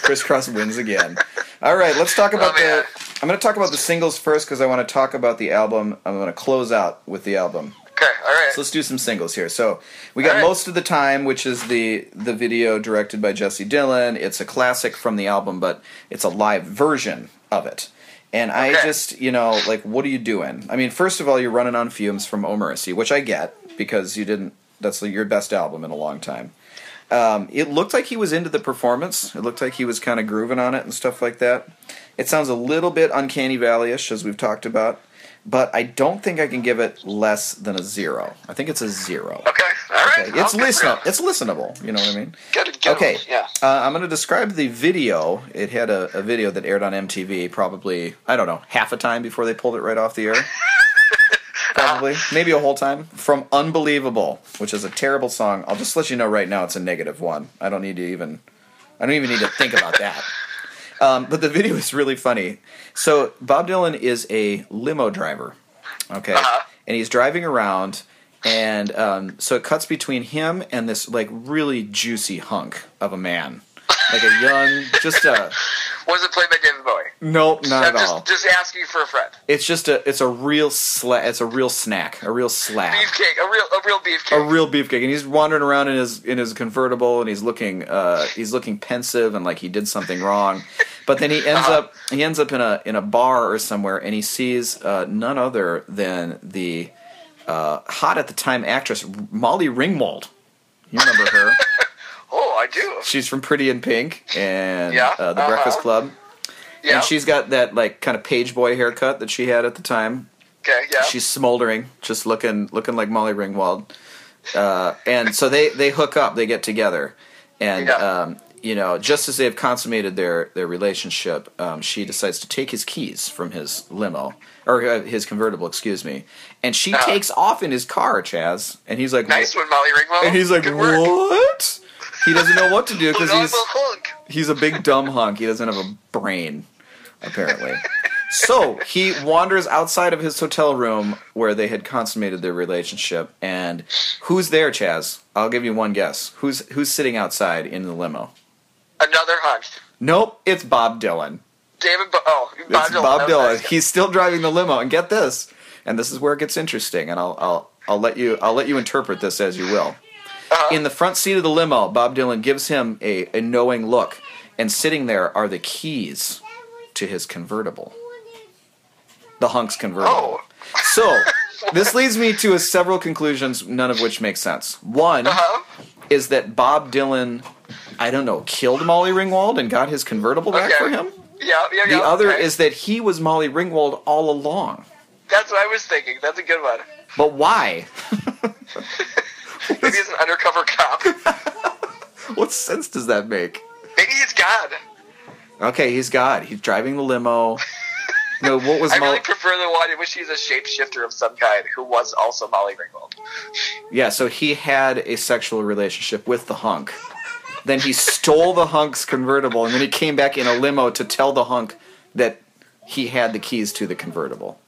Crisscross wins again. All right, let's talk about Oh, man. the. I'm going to talk about the singles first because I want to talk about the album. I'm going to close out with the album. okay, all right. So let's do some singles here. So we got All right. most of the time, which is the the video directed by Jesse Dillon. It's a classic from the album, but it's a live version of it. And I Okay. just, you know, like, what are you doing? I mean, first of all, you're running on fumes from Omeracy, which I get because you didn't. That's your best album in a long time. Um, it looked like he was into the performance. It looked like he was kind of grooving on it and stuff like that. It sounds a little bit uncanny valley-ish, as we've talked about, but I don't think I can give it less than a zero. I think it's a zero. okay, all right. It's I'll figure it listen. out. It's listenable. You know what I mean? Get it, get okay. it, yeah. Uh, I'm going to describe the video. It had a, a video that aired on MTV probably I don't know half a time before they pulled it right off the air. probably maybe a whole time from Unbelievable, which is a terrible song. I'll just let you know right now it's a negative one. I don't need to even. I don't even need to think about that. Um, but the video is really funny. So Bob Dylan is a limo driver, okay, and he's driving around, and um, so it cuts between him and this like really juicy hunk of a man, like a young, just a Was it played by David Bowie? nope, not I'm at just, all. just asking for a friend. It's just a, it's a real sla- it's a real snack, a real slap. Beefcake, a real, a real a beefcake. real beefcake, and he's wandering around in his in his convertible, and he's looking uh, he's looking pensive and like he did something wrong. But then he ends up he ends up in a in a bar or somewhere, and he sees uh, none other than the uh, hot at the time actress Molly Ringwald. You remember her? oh, I do. She's from Pretty in Pink and Yeah, uh, The uh-huh. Breakfast Club, Yeah. and she's got that like kind of page boy haircut that she had at the time. okay. Yeah. She's smoldering, just looking looking like Molly Ringwald. Uh, and so they they hook up, they get together, and Yeah. um, you know, just as they have consummated their their relationship, um, she decides to take his keys from his limo or uh, his convertible, excuse me, and she Uh-huh. takes off in his car, Chaz, and he's like, nice one, Molly Ringwald. and he's like, Good work. what? He doesn't know what to (laughs) do because Little he's hunk. he's a big dumb hunk. He doesn't have a brain, apparently. so he wanders outside of his hotel room where they had consummated their relationship. And who's there, Chaz? I'll give you one guess. Who's who's sitting outside in the limo? Another hunk. Nope, it's Bob Dylan. David. Bo- oh, Bob It's Dylan. Bob that was Dylan. nice. He's still driving the limo. And get this, and this is where it gets interesting. And I'll I'll I'll let you I'll let you interpret this as you will. Uh-huh. In the front seat of the limo, Bob Dylan gives him a, a knowing look, and sitting there are the keys to his convertible, the Hunk's convertible. Oh. (laughs) So this leads me to a several conclusions, none of which make sense. One Uh-huh. is that Bob Dylan, I don't know, killed Molly Ringwald and got his convertible back Okay. for him. Yeah, yeah, yeah. The other okay. is that he was Molly Ringwald all along. That's what I was thinking. That's a good one. But why? (laughs) Maybe he's an undercover cop. What sense does that make? Maybe he's God. Okay, he's God. He's driving the limo. No, what was (laughs) I Molly? really prefer the one in which he's a shapeshifter of some kind who was also Molly Ringwald. yeah, so he had a sexual relationship with the hunk. Then he stole the hunk's convertible, and then he came back in a limo to tell the hunk that he had the keys to the convertible.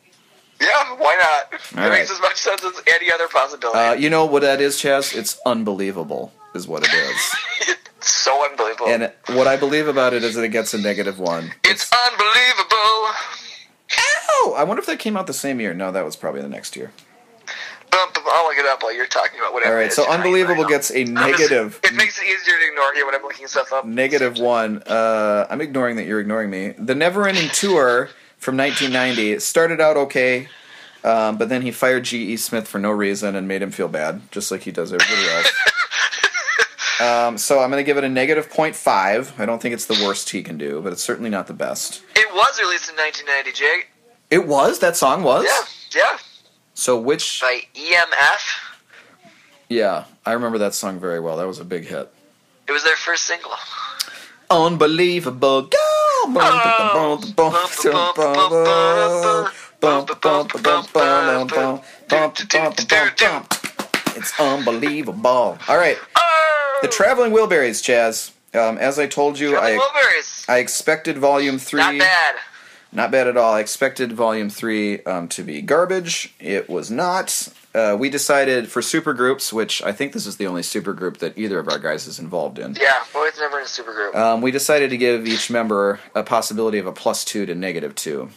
Yeah, why not? All it right. makes as much sense as any other possibility. (laughs) Uh, you know what that is, Chaz? It's unbelievable, is what it is. so unbelievable. And what I believe about it is that it gets a negative one. it's unbelievable. Oh, I wonder if that came out the same year. No, that was probably the next year. Bum, bum, I'll look it up while you're talking about whatever. All it right, is so you're talking unbelievable about. gets a I'm just- negative it makes it easier to ignore you when I'm looking stuff up. negative one. Uh, I'm ignoring that you're ignoring me. The Never Ending Tour from 1990 it started out okay, um, but then he fired G.E. Smith for no reason and made him feel bad, just like he does everybody else. Um, so I'm going to give it a negative 0.5. I don't think it's the worst he can do, but it's certainly not the best. It was released in 1990, Jake. It was that song was. Yeah, yeah. So which? By E EMF. Yeah, I remember that song very well. That was a big hit. It was their first single. Unbelievable. It's unbelievable. All right. The Traveling Wilburys, Chaz. Um, as I told you, I, Wilburys. I expected volume three. Not bad. Not bad at all. I expected Volume 3 um, to be garbage. It was not. Uh, we decided for supergroups, which I think this is the only supergroup that either of our guys is involved in. Yeah, boys never in a supergroup. Um, we decided to give each member a possibility of a plus two to negative two,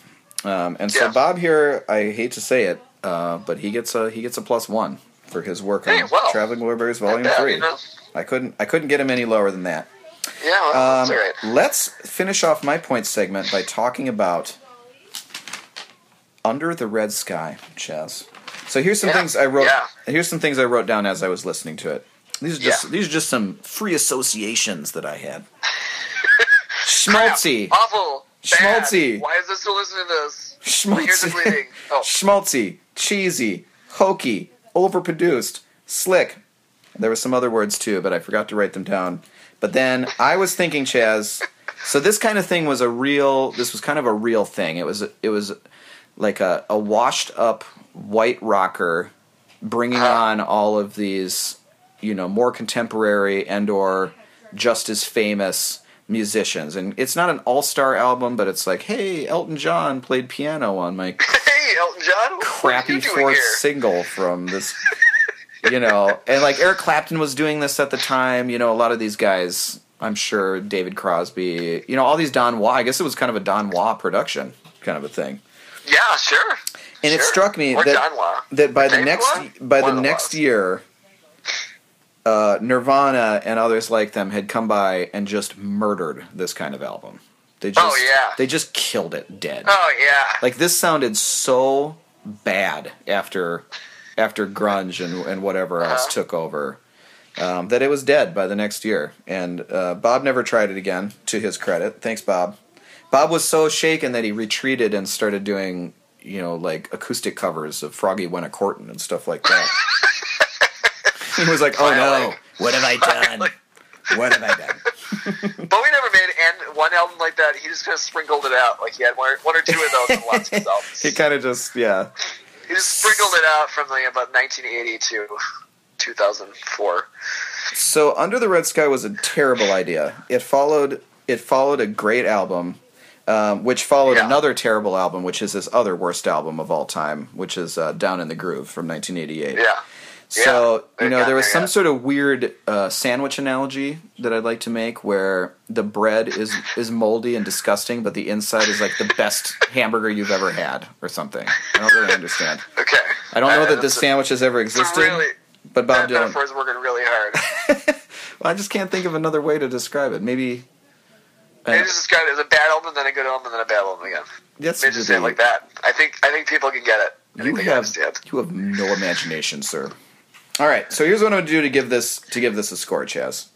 um, and so Yeah. Bob here, I hate to say it, uh, but he gets a he gets a plus one for his work Hey, on well, Traveling Wilburys Volume bad, Three. you know? I couldn't I couldn't get him any lower than that. yeah, well, Um, that's all right. Let's finish off my points segment by talking about Under the Red Sky, Chaz. So here's some Yeah, things I wrote. yeah. Here's some things I wrote down as I was listening to it. These are just Yeah. these are just some free associations that I (laughs) had. Schmaltzy, Awful. Bad. Schmaltzy. Why is this still listening to this? (laughs) My ears are schmaltzy, bleeding. Oh, (laughs) schmaltzy, cheesy, hokey, overproduced, slick. There were some other words too, but I forgot to write them down. But then I was thinking, Chaz. So this kind of thing was a real. This was kind of a real thing. It was. It was like a, a washed up white rocker bringing on all of these, you know, more contemporary and or just as famous musicians. And it's not an all star album, but it's like, hey, Elton John played piano on (laughs) my hey, Elton John. crappy what are you doing fourth here? single from this you know and like eric clapton was doing this at the time you know a lot of these guys i'm sure david crosby you know all these don wa i guess it was kind of a don wa production kind of a thing Yeah, sure. and it Sure. struck me Or that, John Law. that by the David next Law? by One the of next Laws. year uh, nirvana and others like them had come by and just murdered this kind of album they just Oh, yeah. they just killed it dead Oh yeah. like this sounded so bad after after grunge and, and whatever else took over um, that it was dead by the next year and uh, bob never tried it again to his credit thanks bob bob was so shaken that he retreated and started doing you know like acoustic covers of froggy went a courtin and stuff like that he was like oh no Finally. what have i done what have i done Bowie never made and one album like that. He just kind of sprinkled it out. Like he had one or, one or two of those and (laughs) lost himself. he kind of just yeah He just sprinkled it out from like about 1980 to 2004. So Under the Red Sky was a terrible idea. It followed it followed a great album, um, which followed Yeah. another terrible album, which is his other worst album of all time, which is uh, Down in the Groove from 1988. Yeah. So Yeah. you know Yeah, there was yeah, some yeah. sort of weird uh, sandwich analogy that I'd like to make, where the bread is is moldy and disgusting, but the inside is like the best hamburger you've ever had, or something. I don't really understand. Okay. Uh, I don't know that this That's a- sandwich has ever it's a existed, Really, but Bob that Dylan. metaphor is working really (laughs) hard. I just can't think of another way to describe it. Maybe uh, They just described it as a bad album, then a good album, then a bad album again. that's They just say it like that. I think I think people can get it. I You think they have understand. you have no imagination, sir. All right, so here's what I'm going to do to give this to give this a score, Chaz.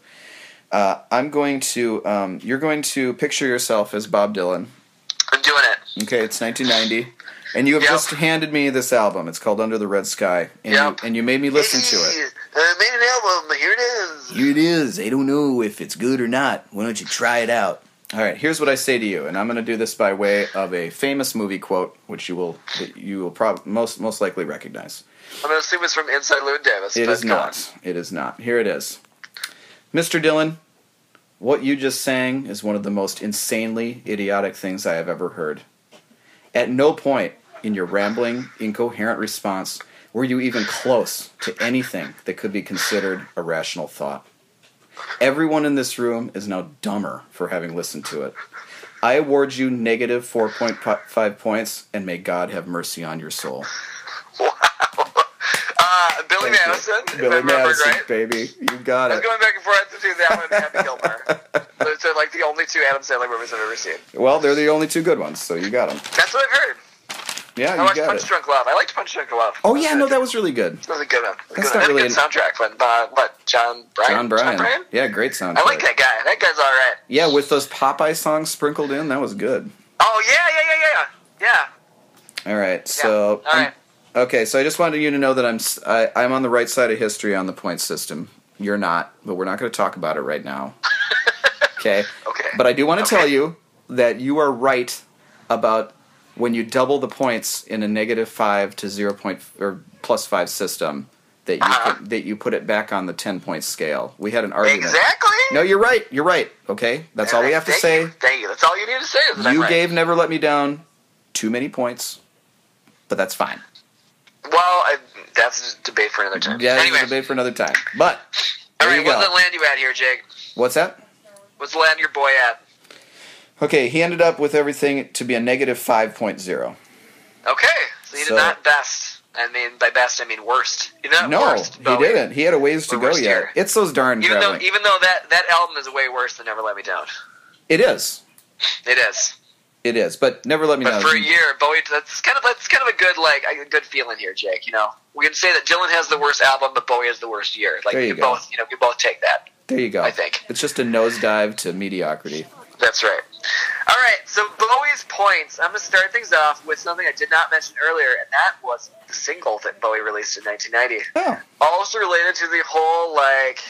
Uh, I'm going to um, you're going to picture yourself as Bob Dylan. I'm doing it. Okay, it's 1990, and you have Yep. just handed me this album. It's called Under the Red Sky, and Yep. you, and you made me listen to it. I made an album. Here it is. Here it is. I don't know if it's good or not. Why don't you try it out? All right. Here's what I say to you, and I'm going to do this by way of a famous movie quote, which you will that you will prob- most most likely recognize. I'm gonna assume it's from Inside Lewin Davis. It but is go on. not. It is not. Here it is. Mr. Dylan, what you just sang is one of the most insanely idiotic things I have ever heard. At no point in your rambling, incoherent response were you even close to anything that could be considered a rational thought. Everyone in this room is now dumber for having listened to it. I award you negative 4.5 points, and may God have mercy on your soul. Uh, Billy Madison. if I Billy remember Madison, right. baby. You got I it. was going back and forth between that one and (laughs) Happy Gilmore. Those are like the only two Adam Sandler movies I've ever seen. Well, they're the only two good ones, so you got them. That's what I've heard. Yeah, I you watched got Punch it. Drunk Love. I liked Punch Drunk Love. Oh yeah, no, that was really good. That was a good one. It was That's a good not one. It had really a good soundtrack. But uh, what? John Bryan. John Bryan. Yeah, great soundtrack. I like that guy. That guy's all right. Yeah, with those Popeye songs sprinkled in, that was good. Oh yeah, yeah, yeah, yeah, yeah. All right, Yeah. so um, all right. okay, so I just wanted you to know that I'm s- I, I'm on the right side of history on the point system. You're not, but we're not going to talk about it right (laughs) now. okay. Okay. But I do want to tell Okay. you that you are right about when you double the points in a negative five to zero point or plus five system that you Uh-huh. put, that you put it back on the ten point scale. We had an argument. Exactly. No, you're right. You're right. Okay, that's all we have to Thank say. You. Thank you. That's all you need to say. Is that I'm You right. gave "Never Let Me Down" too many points, but that's fine. Well, I, that's a debate for another time. Yeah, it's anyway, a debate for another time. But there all right, you go. what's the land you at here, Jake? What's that? What's the land your boy at? Okay, he ended up with everything to be a negative five point zero. Okay, so you So- did not best. I mean, by best, I mean worst. You did not No, worst. he Bowie. didn't. He had a ways to We're go worst yet. here. It's those darn Even though, traveling. even though that that album is way worse than Never Let Me Down. it is. It is. It is. But never let me But know. for a year, Bowie. That's kind of that's kind of a good like a good feeling here, Jake. You know, we can say that Dylan has the worst album, but Bowie has the worst year. Like There you we can go. both, you know, we can both take that. there you go. I think. it's just a nosedive to mediocrity. That's right. All right, so Bowie's points. I'm going to start things off with something I did not mention earlier, and that was the single that Bowie released in 1990. Oh, Also related to the whole like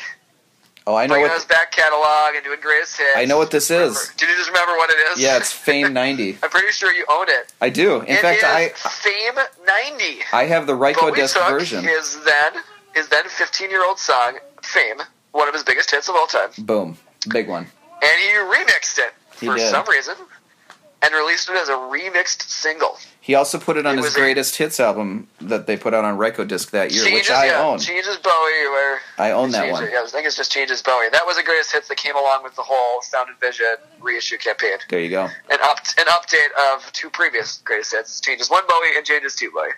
oh, I know bringing his what. back catalog and doing greatest hits. I know what this is. Remember- Did you just remember what it is? Yeah, it's Fame ninety. (laughs) I'm pretty sure you own it. I do. In It fact, is I Fame '90. I have the Ryko Bowie disc took version. his then his then 15 year old song Fame, one of his biggest hits of all time, Boom, big one. and he remixed it He for did. some reason, and released it as a remixed single. He also put it on It his was a- greatest hits album that they put out on Ryko disc that year, which I yeah, own. Changes Bowie. Where I own that Changes- one. Yeah, I think it's just changes Bowie. That was the greatest hits that came along with the whole Sound and Vision reissue campaign. There you go. An up an update of two previous greatest hits. Changes one Bowie and changes two Bowie.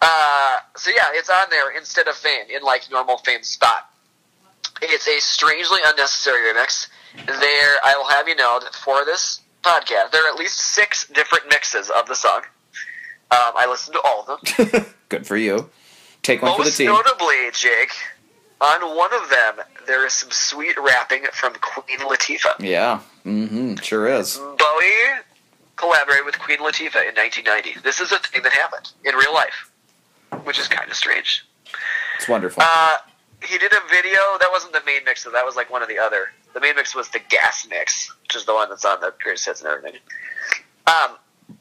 Uh, so yeah, it's on there instead of Fame in like normal Fame spot. It's a strangely unnecessary remix. There, I will have you know that for this podcast, there are at least six different mixes of the song. Um, I listened to all of them. Good for you. Take one for the Most team. notably, Jake, on one of them, there is some sweet rapping from Queen Latifah. Yeah. Mm-hmm. Sure is. Bowie collaborated with Queen Latifah in 1990. This is a thing that happened in real life, which is kind of strange. It's wonderful. Uh, he did a video. That wasn't the main mix, though. That was like one of the other. The main mix was the Gas mix, which is the one that's on the greatest hits and everything. Um,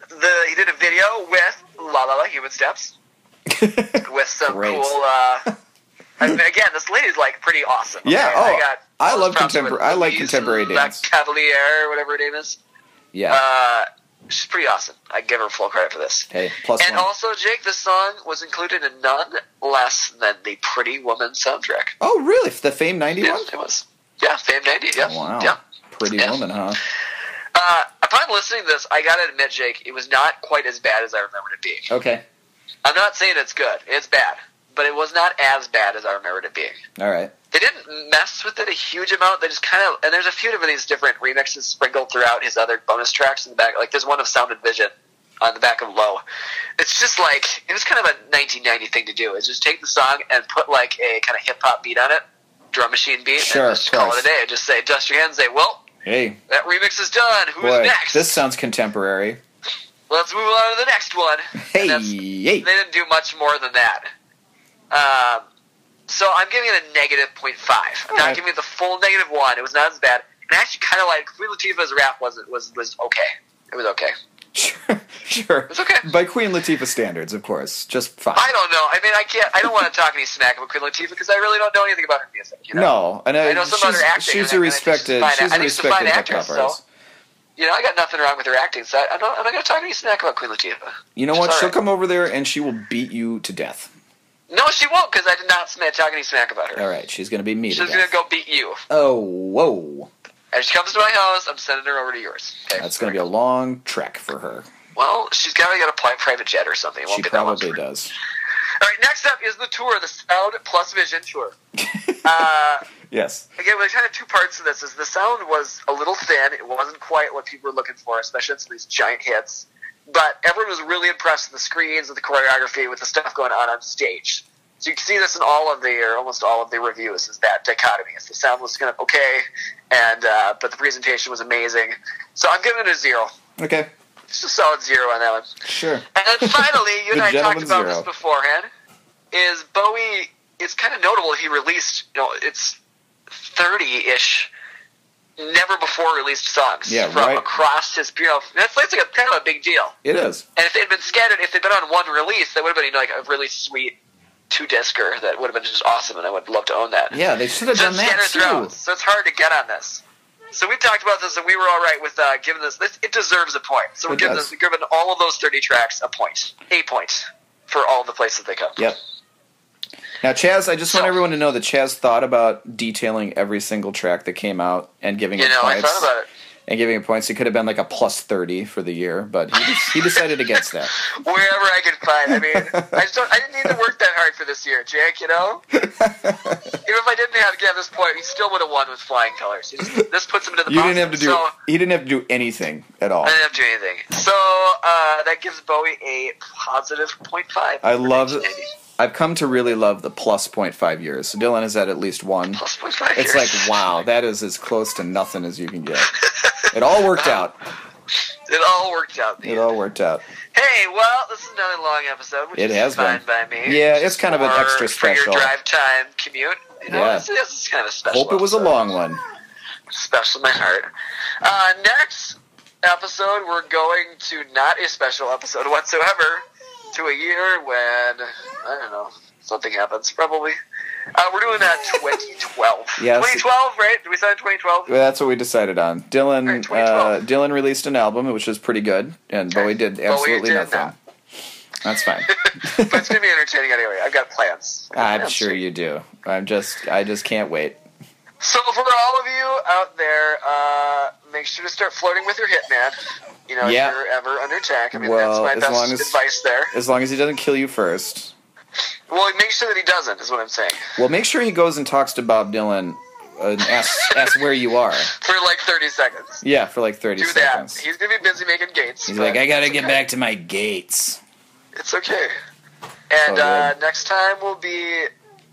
the he did a video with La La La Human Steps with some Great. cool. Uh, I mean, again, this lady's like pretty awesome. Yeah, oh, I all love those props contempor- with I like Louise contemporary dance. Cavalier, whatever her name is. (laughs) yeah. Uh, she's pretty awesome. I give her full credit for this. hey, plus and one. also, Jake, this song was included in none less than the Pretty Woman soundtrack. oh, really? The Fame 91? Yeah, it was. Yeah, Fame 90. Yeah. Oh, Wow. Yeah. Pretty Yeah. woman, huh? Uh, upon listening to this, I gotta admit, Jake, it was not quite as bad as I remembered it being. Okay. I'm not saying it's good, it's bad, but it was not as bad as I remembered it being. All right. They didn't mess with it a huge amount. They just kind of, and there's a few of these different remixes sprinkled throughout his other bonus tracks in the back. Like there's one of Sound and Vision on the back of Low. It's just like it was kind of a 1990 thing to do. Is just take the song and put like a kind of hip hop beat on it, drum machine beat, Sure, and of just call it course. a day. Just say, dust your hands, say, well, Hey, that remix is done. Who's boy, next? this sounds contemporary. Let's move on to the next one. Hey, And that's- hey. They didn't do much more than that. Um, so I'm giving it a negative 0.5. I'm not Alright. giving it the full negative one. It was not as bad. And I actually kind of like Queen Latifah's rap was was was okay. It was okay. Sure, sure. It's okay. By Queen Latifah standards, of course. Just fine. I don't know. I mean, I can't. I don't want to talk any smack about Queen Latifah because I really don't know anything about her music. You know? No, and I, I know some she's, other acting, she's a and I think she's respected, fine. she's I a think she's a respected fine hip actress, hop so- artist. You know, I got nothing wrong with her acting, so I, I don't, I'm not going to talk any smack about Queen Latifah. You know She's what? all She'll right. come over there and she will beat you to death. No, she won't because I did not sma- talk any smack about her. All right, she's gonna be me. to She's death. going to go beat you. Oh, whoa! If she comes to my house, I'm sending her over to yours. Okay. That's gonna be a long trek for her. Well, she's got to get a pli- private jet or something. It won't She be that long. probably does. All right, next up is the tour, the Sound Plus Vision tour. uh, Yes. again, there's kind of two parts to this. Is the sound was a little thin. It wasn't quite what people were looking for, especially on some of these giant hits. But everyone was really impressed with the screens, with the choreography, with the stuff going on on stage. So you can see this in all of the, or almost all of the reviews, is that dichotomy. It's the sound was kind of okay, and uh, but the presentation was amazing. So I'm giving it a zero. Okay. Just a solid zero on that one. Sure. And then finally, you and The I talked gentleman about zero. this beforehand. Is Bowie? It's kind of notable he released. You know, it's thirty-ish, never before released songs Yeah, from right. across his you know, That's, that's like a kind of a big deal. It is. And if they'd been scattered, if they'd been on one release, that would have been you know, like a really sweet two-discer that would have been just awesome, and I would love to own that. Yeah, they should have done Just scattered that throughout, too. so it's hard to get on this. So we talked about this, and we were all right with uh, giving this, this. It deserves a point. So we're It giving, does. this, we're giving all of those thirty tracks a point, a point for all the places they come. Yep. Now, Chaz, I just want So- everyone to know that Chaz thought about detailing every single track that came out and giving You it know, I points. thought about it. And giving it points. He could have been like a plus 30 for the year, but he, he decided against that. wherever I could find. I mean, I just don't, I didn't need to work that hard for this year, Jake. (laughs) You know, even if I didn't have to get this point, he still would have won with flying colors. He just- this puts him into (laughs) the. You didn't have positive, to do. So, he didn't have to do anything at all. I didn't have to do anything. So uh, that gives Bowie a positive point five. I for love. 1980. I've come to really love the plus point five years. So Dylan is at at least one. Plus point five. It's like years. wow, that is as close to nothing as you can get. It all (laughs) worked out. it all worked out. in the It end. all worked out. Hey, well, this is another long episode, which It is has fine been. by me. Yeah, it's kind of an For- extra for special. your drive time commute. You know, Yeah. this, this is kind of a special. Hope it was a episode. long one. special in my heart. Uh, next episode, we're going to not a special episode whatsoever to a year when I don't know something happens. Probably uh, we're doing that 2012. (laughs) Yes. 2012, right? Did we (laughs) say 2012? That's what we decided on. Dylan. Alright, 2012. uh, Dylan released an album which was pretty good, and Bowie did Bowie absolutely did nothing. that. That's (laughs) fine. but it's gonna be entertaining anyway. I've got plans. I'm sure you do. I'm just. I just can't wait. So for all of you out there, uh, make sure to start flirting with your hitman. You know, Yeah. if you're ever under attack. I mean, Well, that's my as best long as- advice there. As long as he doesn't kill you first. Well, make sure that he doesn't. Is what I'm saying. Well, make sure he goes and talks to Bob Dylan uh, and (laughs) asks, asks where you are. For like 30 seconds. Yeah, for like 30 do that. seconds. He's gonna be busy making gates. He's but like, I gotta get back to my gates. It's okay. And Oh, uh, good. next time we'll be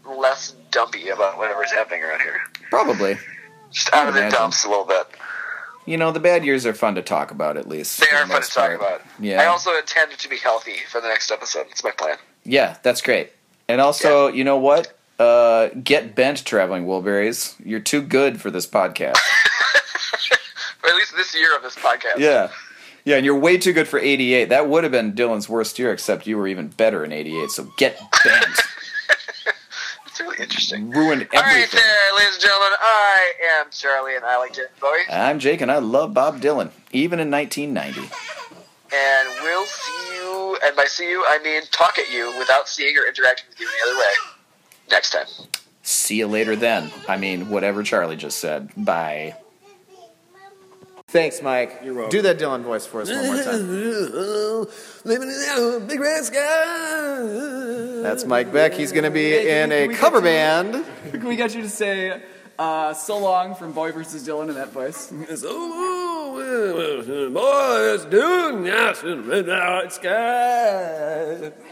less dumpy about whatever's happening around here. Probably. Just out of the Imagine. dumps a little bit. You know, the bad years are fun to talk about, at least. They for are the fun to most talk part. about. Yeah. I also intend to be healthy for the next episode. That's my plan. Yeah, that's great. And also, you know what? Uh, get bent, traveling Woolberries. You're too good for this podcast. Or at least this year of this podcast. yeah. Yeah, and you're way too good for 88. That would have been Dylan's worst year, except you were even better in 88. So get bent. It's really interesting. Ruined everything. All right, there, ladies and gentlemen. I am Charlie, and I like it, Bowie. I'm Jake, and I love Bob Dylan, even in 1990. and we'll see you. And by see you, I mean talk at you without seeing or interacting with you any other way. Next time. See you later then. I mean, whatever Charlie just said. Bye. Thanks, Mike. You're welcome. Do that Dylan voice for us one more time. (laughs) Living in that big red sky. That's Mike Beck. He's going to be in a cover (laughs) band. we got you to say uh, so long from Boy versus Dylan in that voice. It's over. Boy, it's doing nice in the red sky.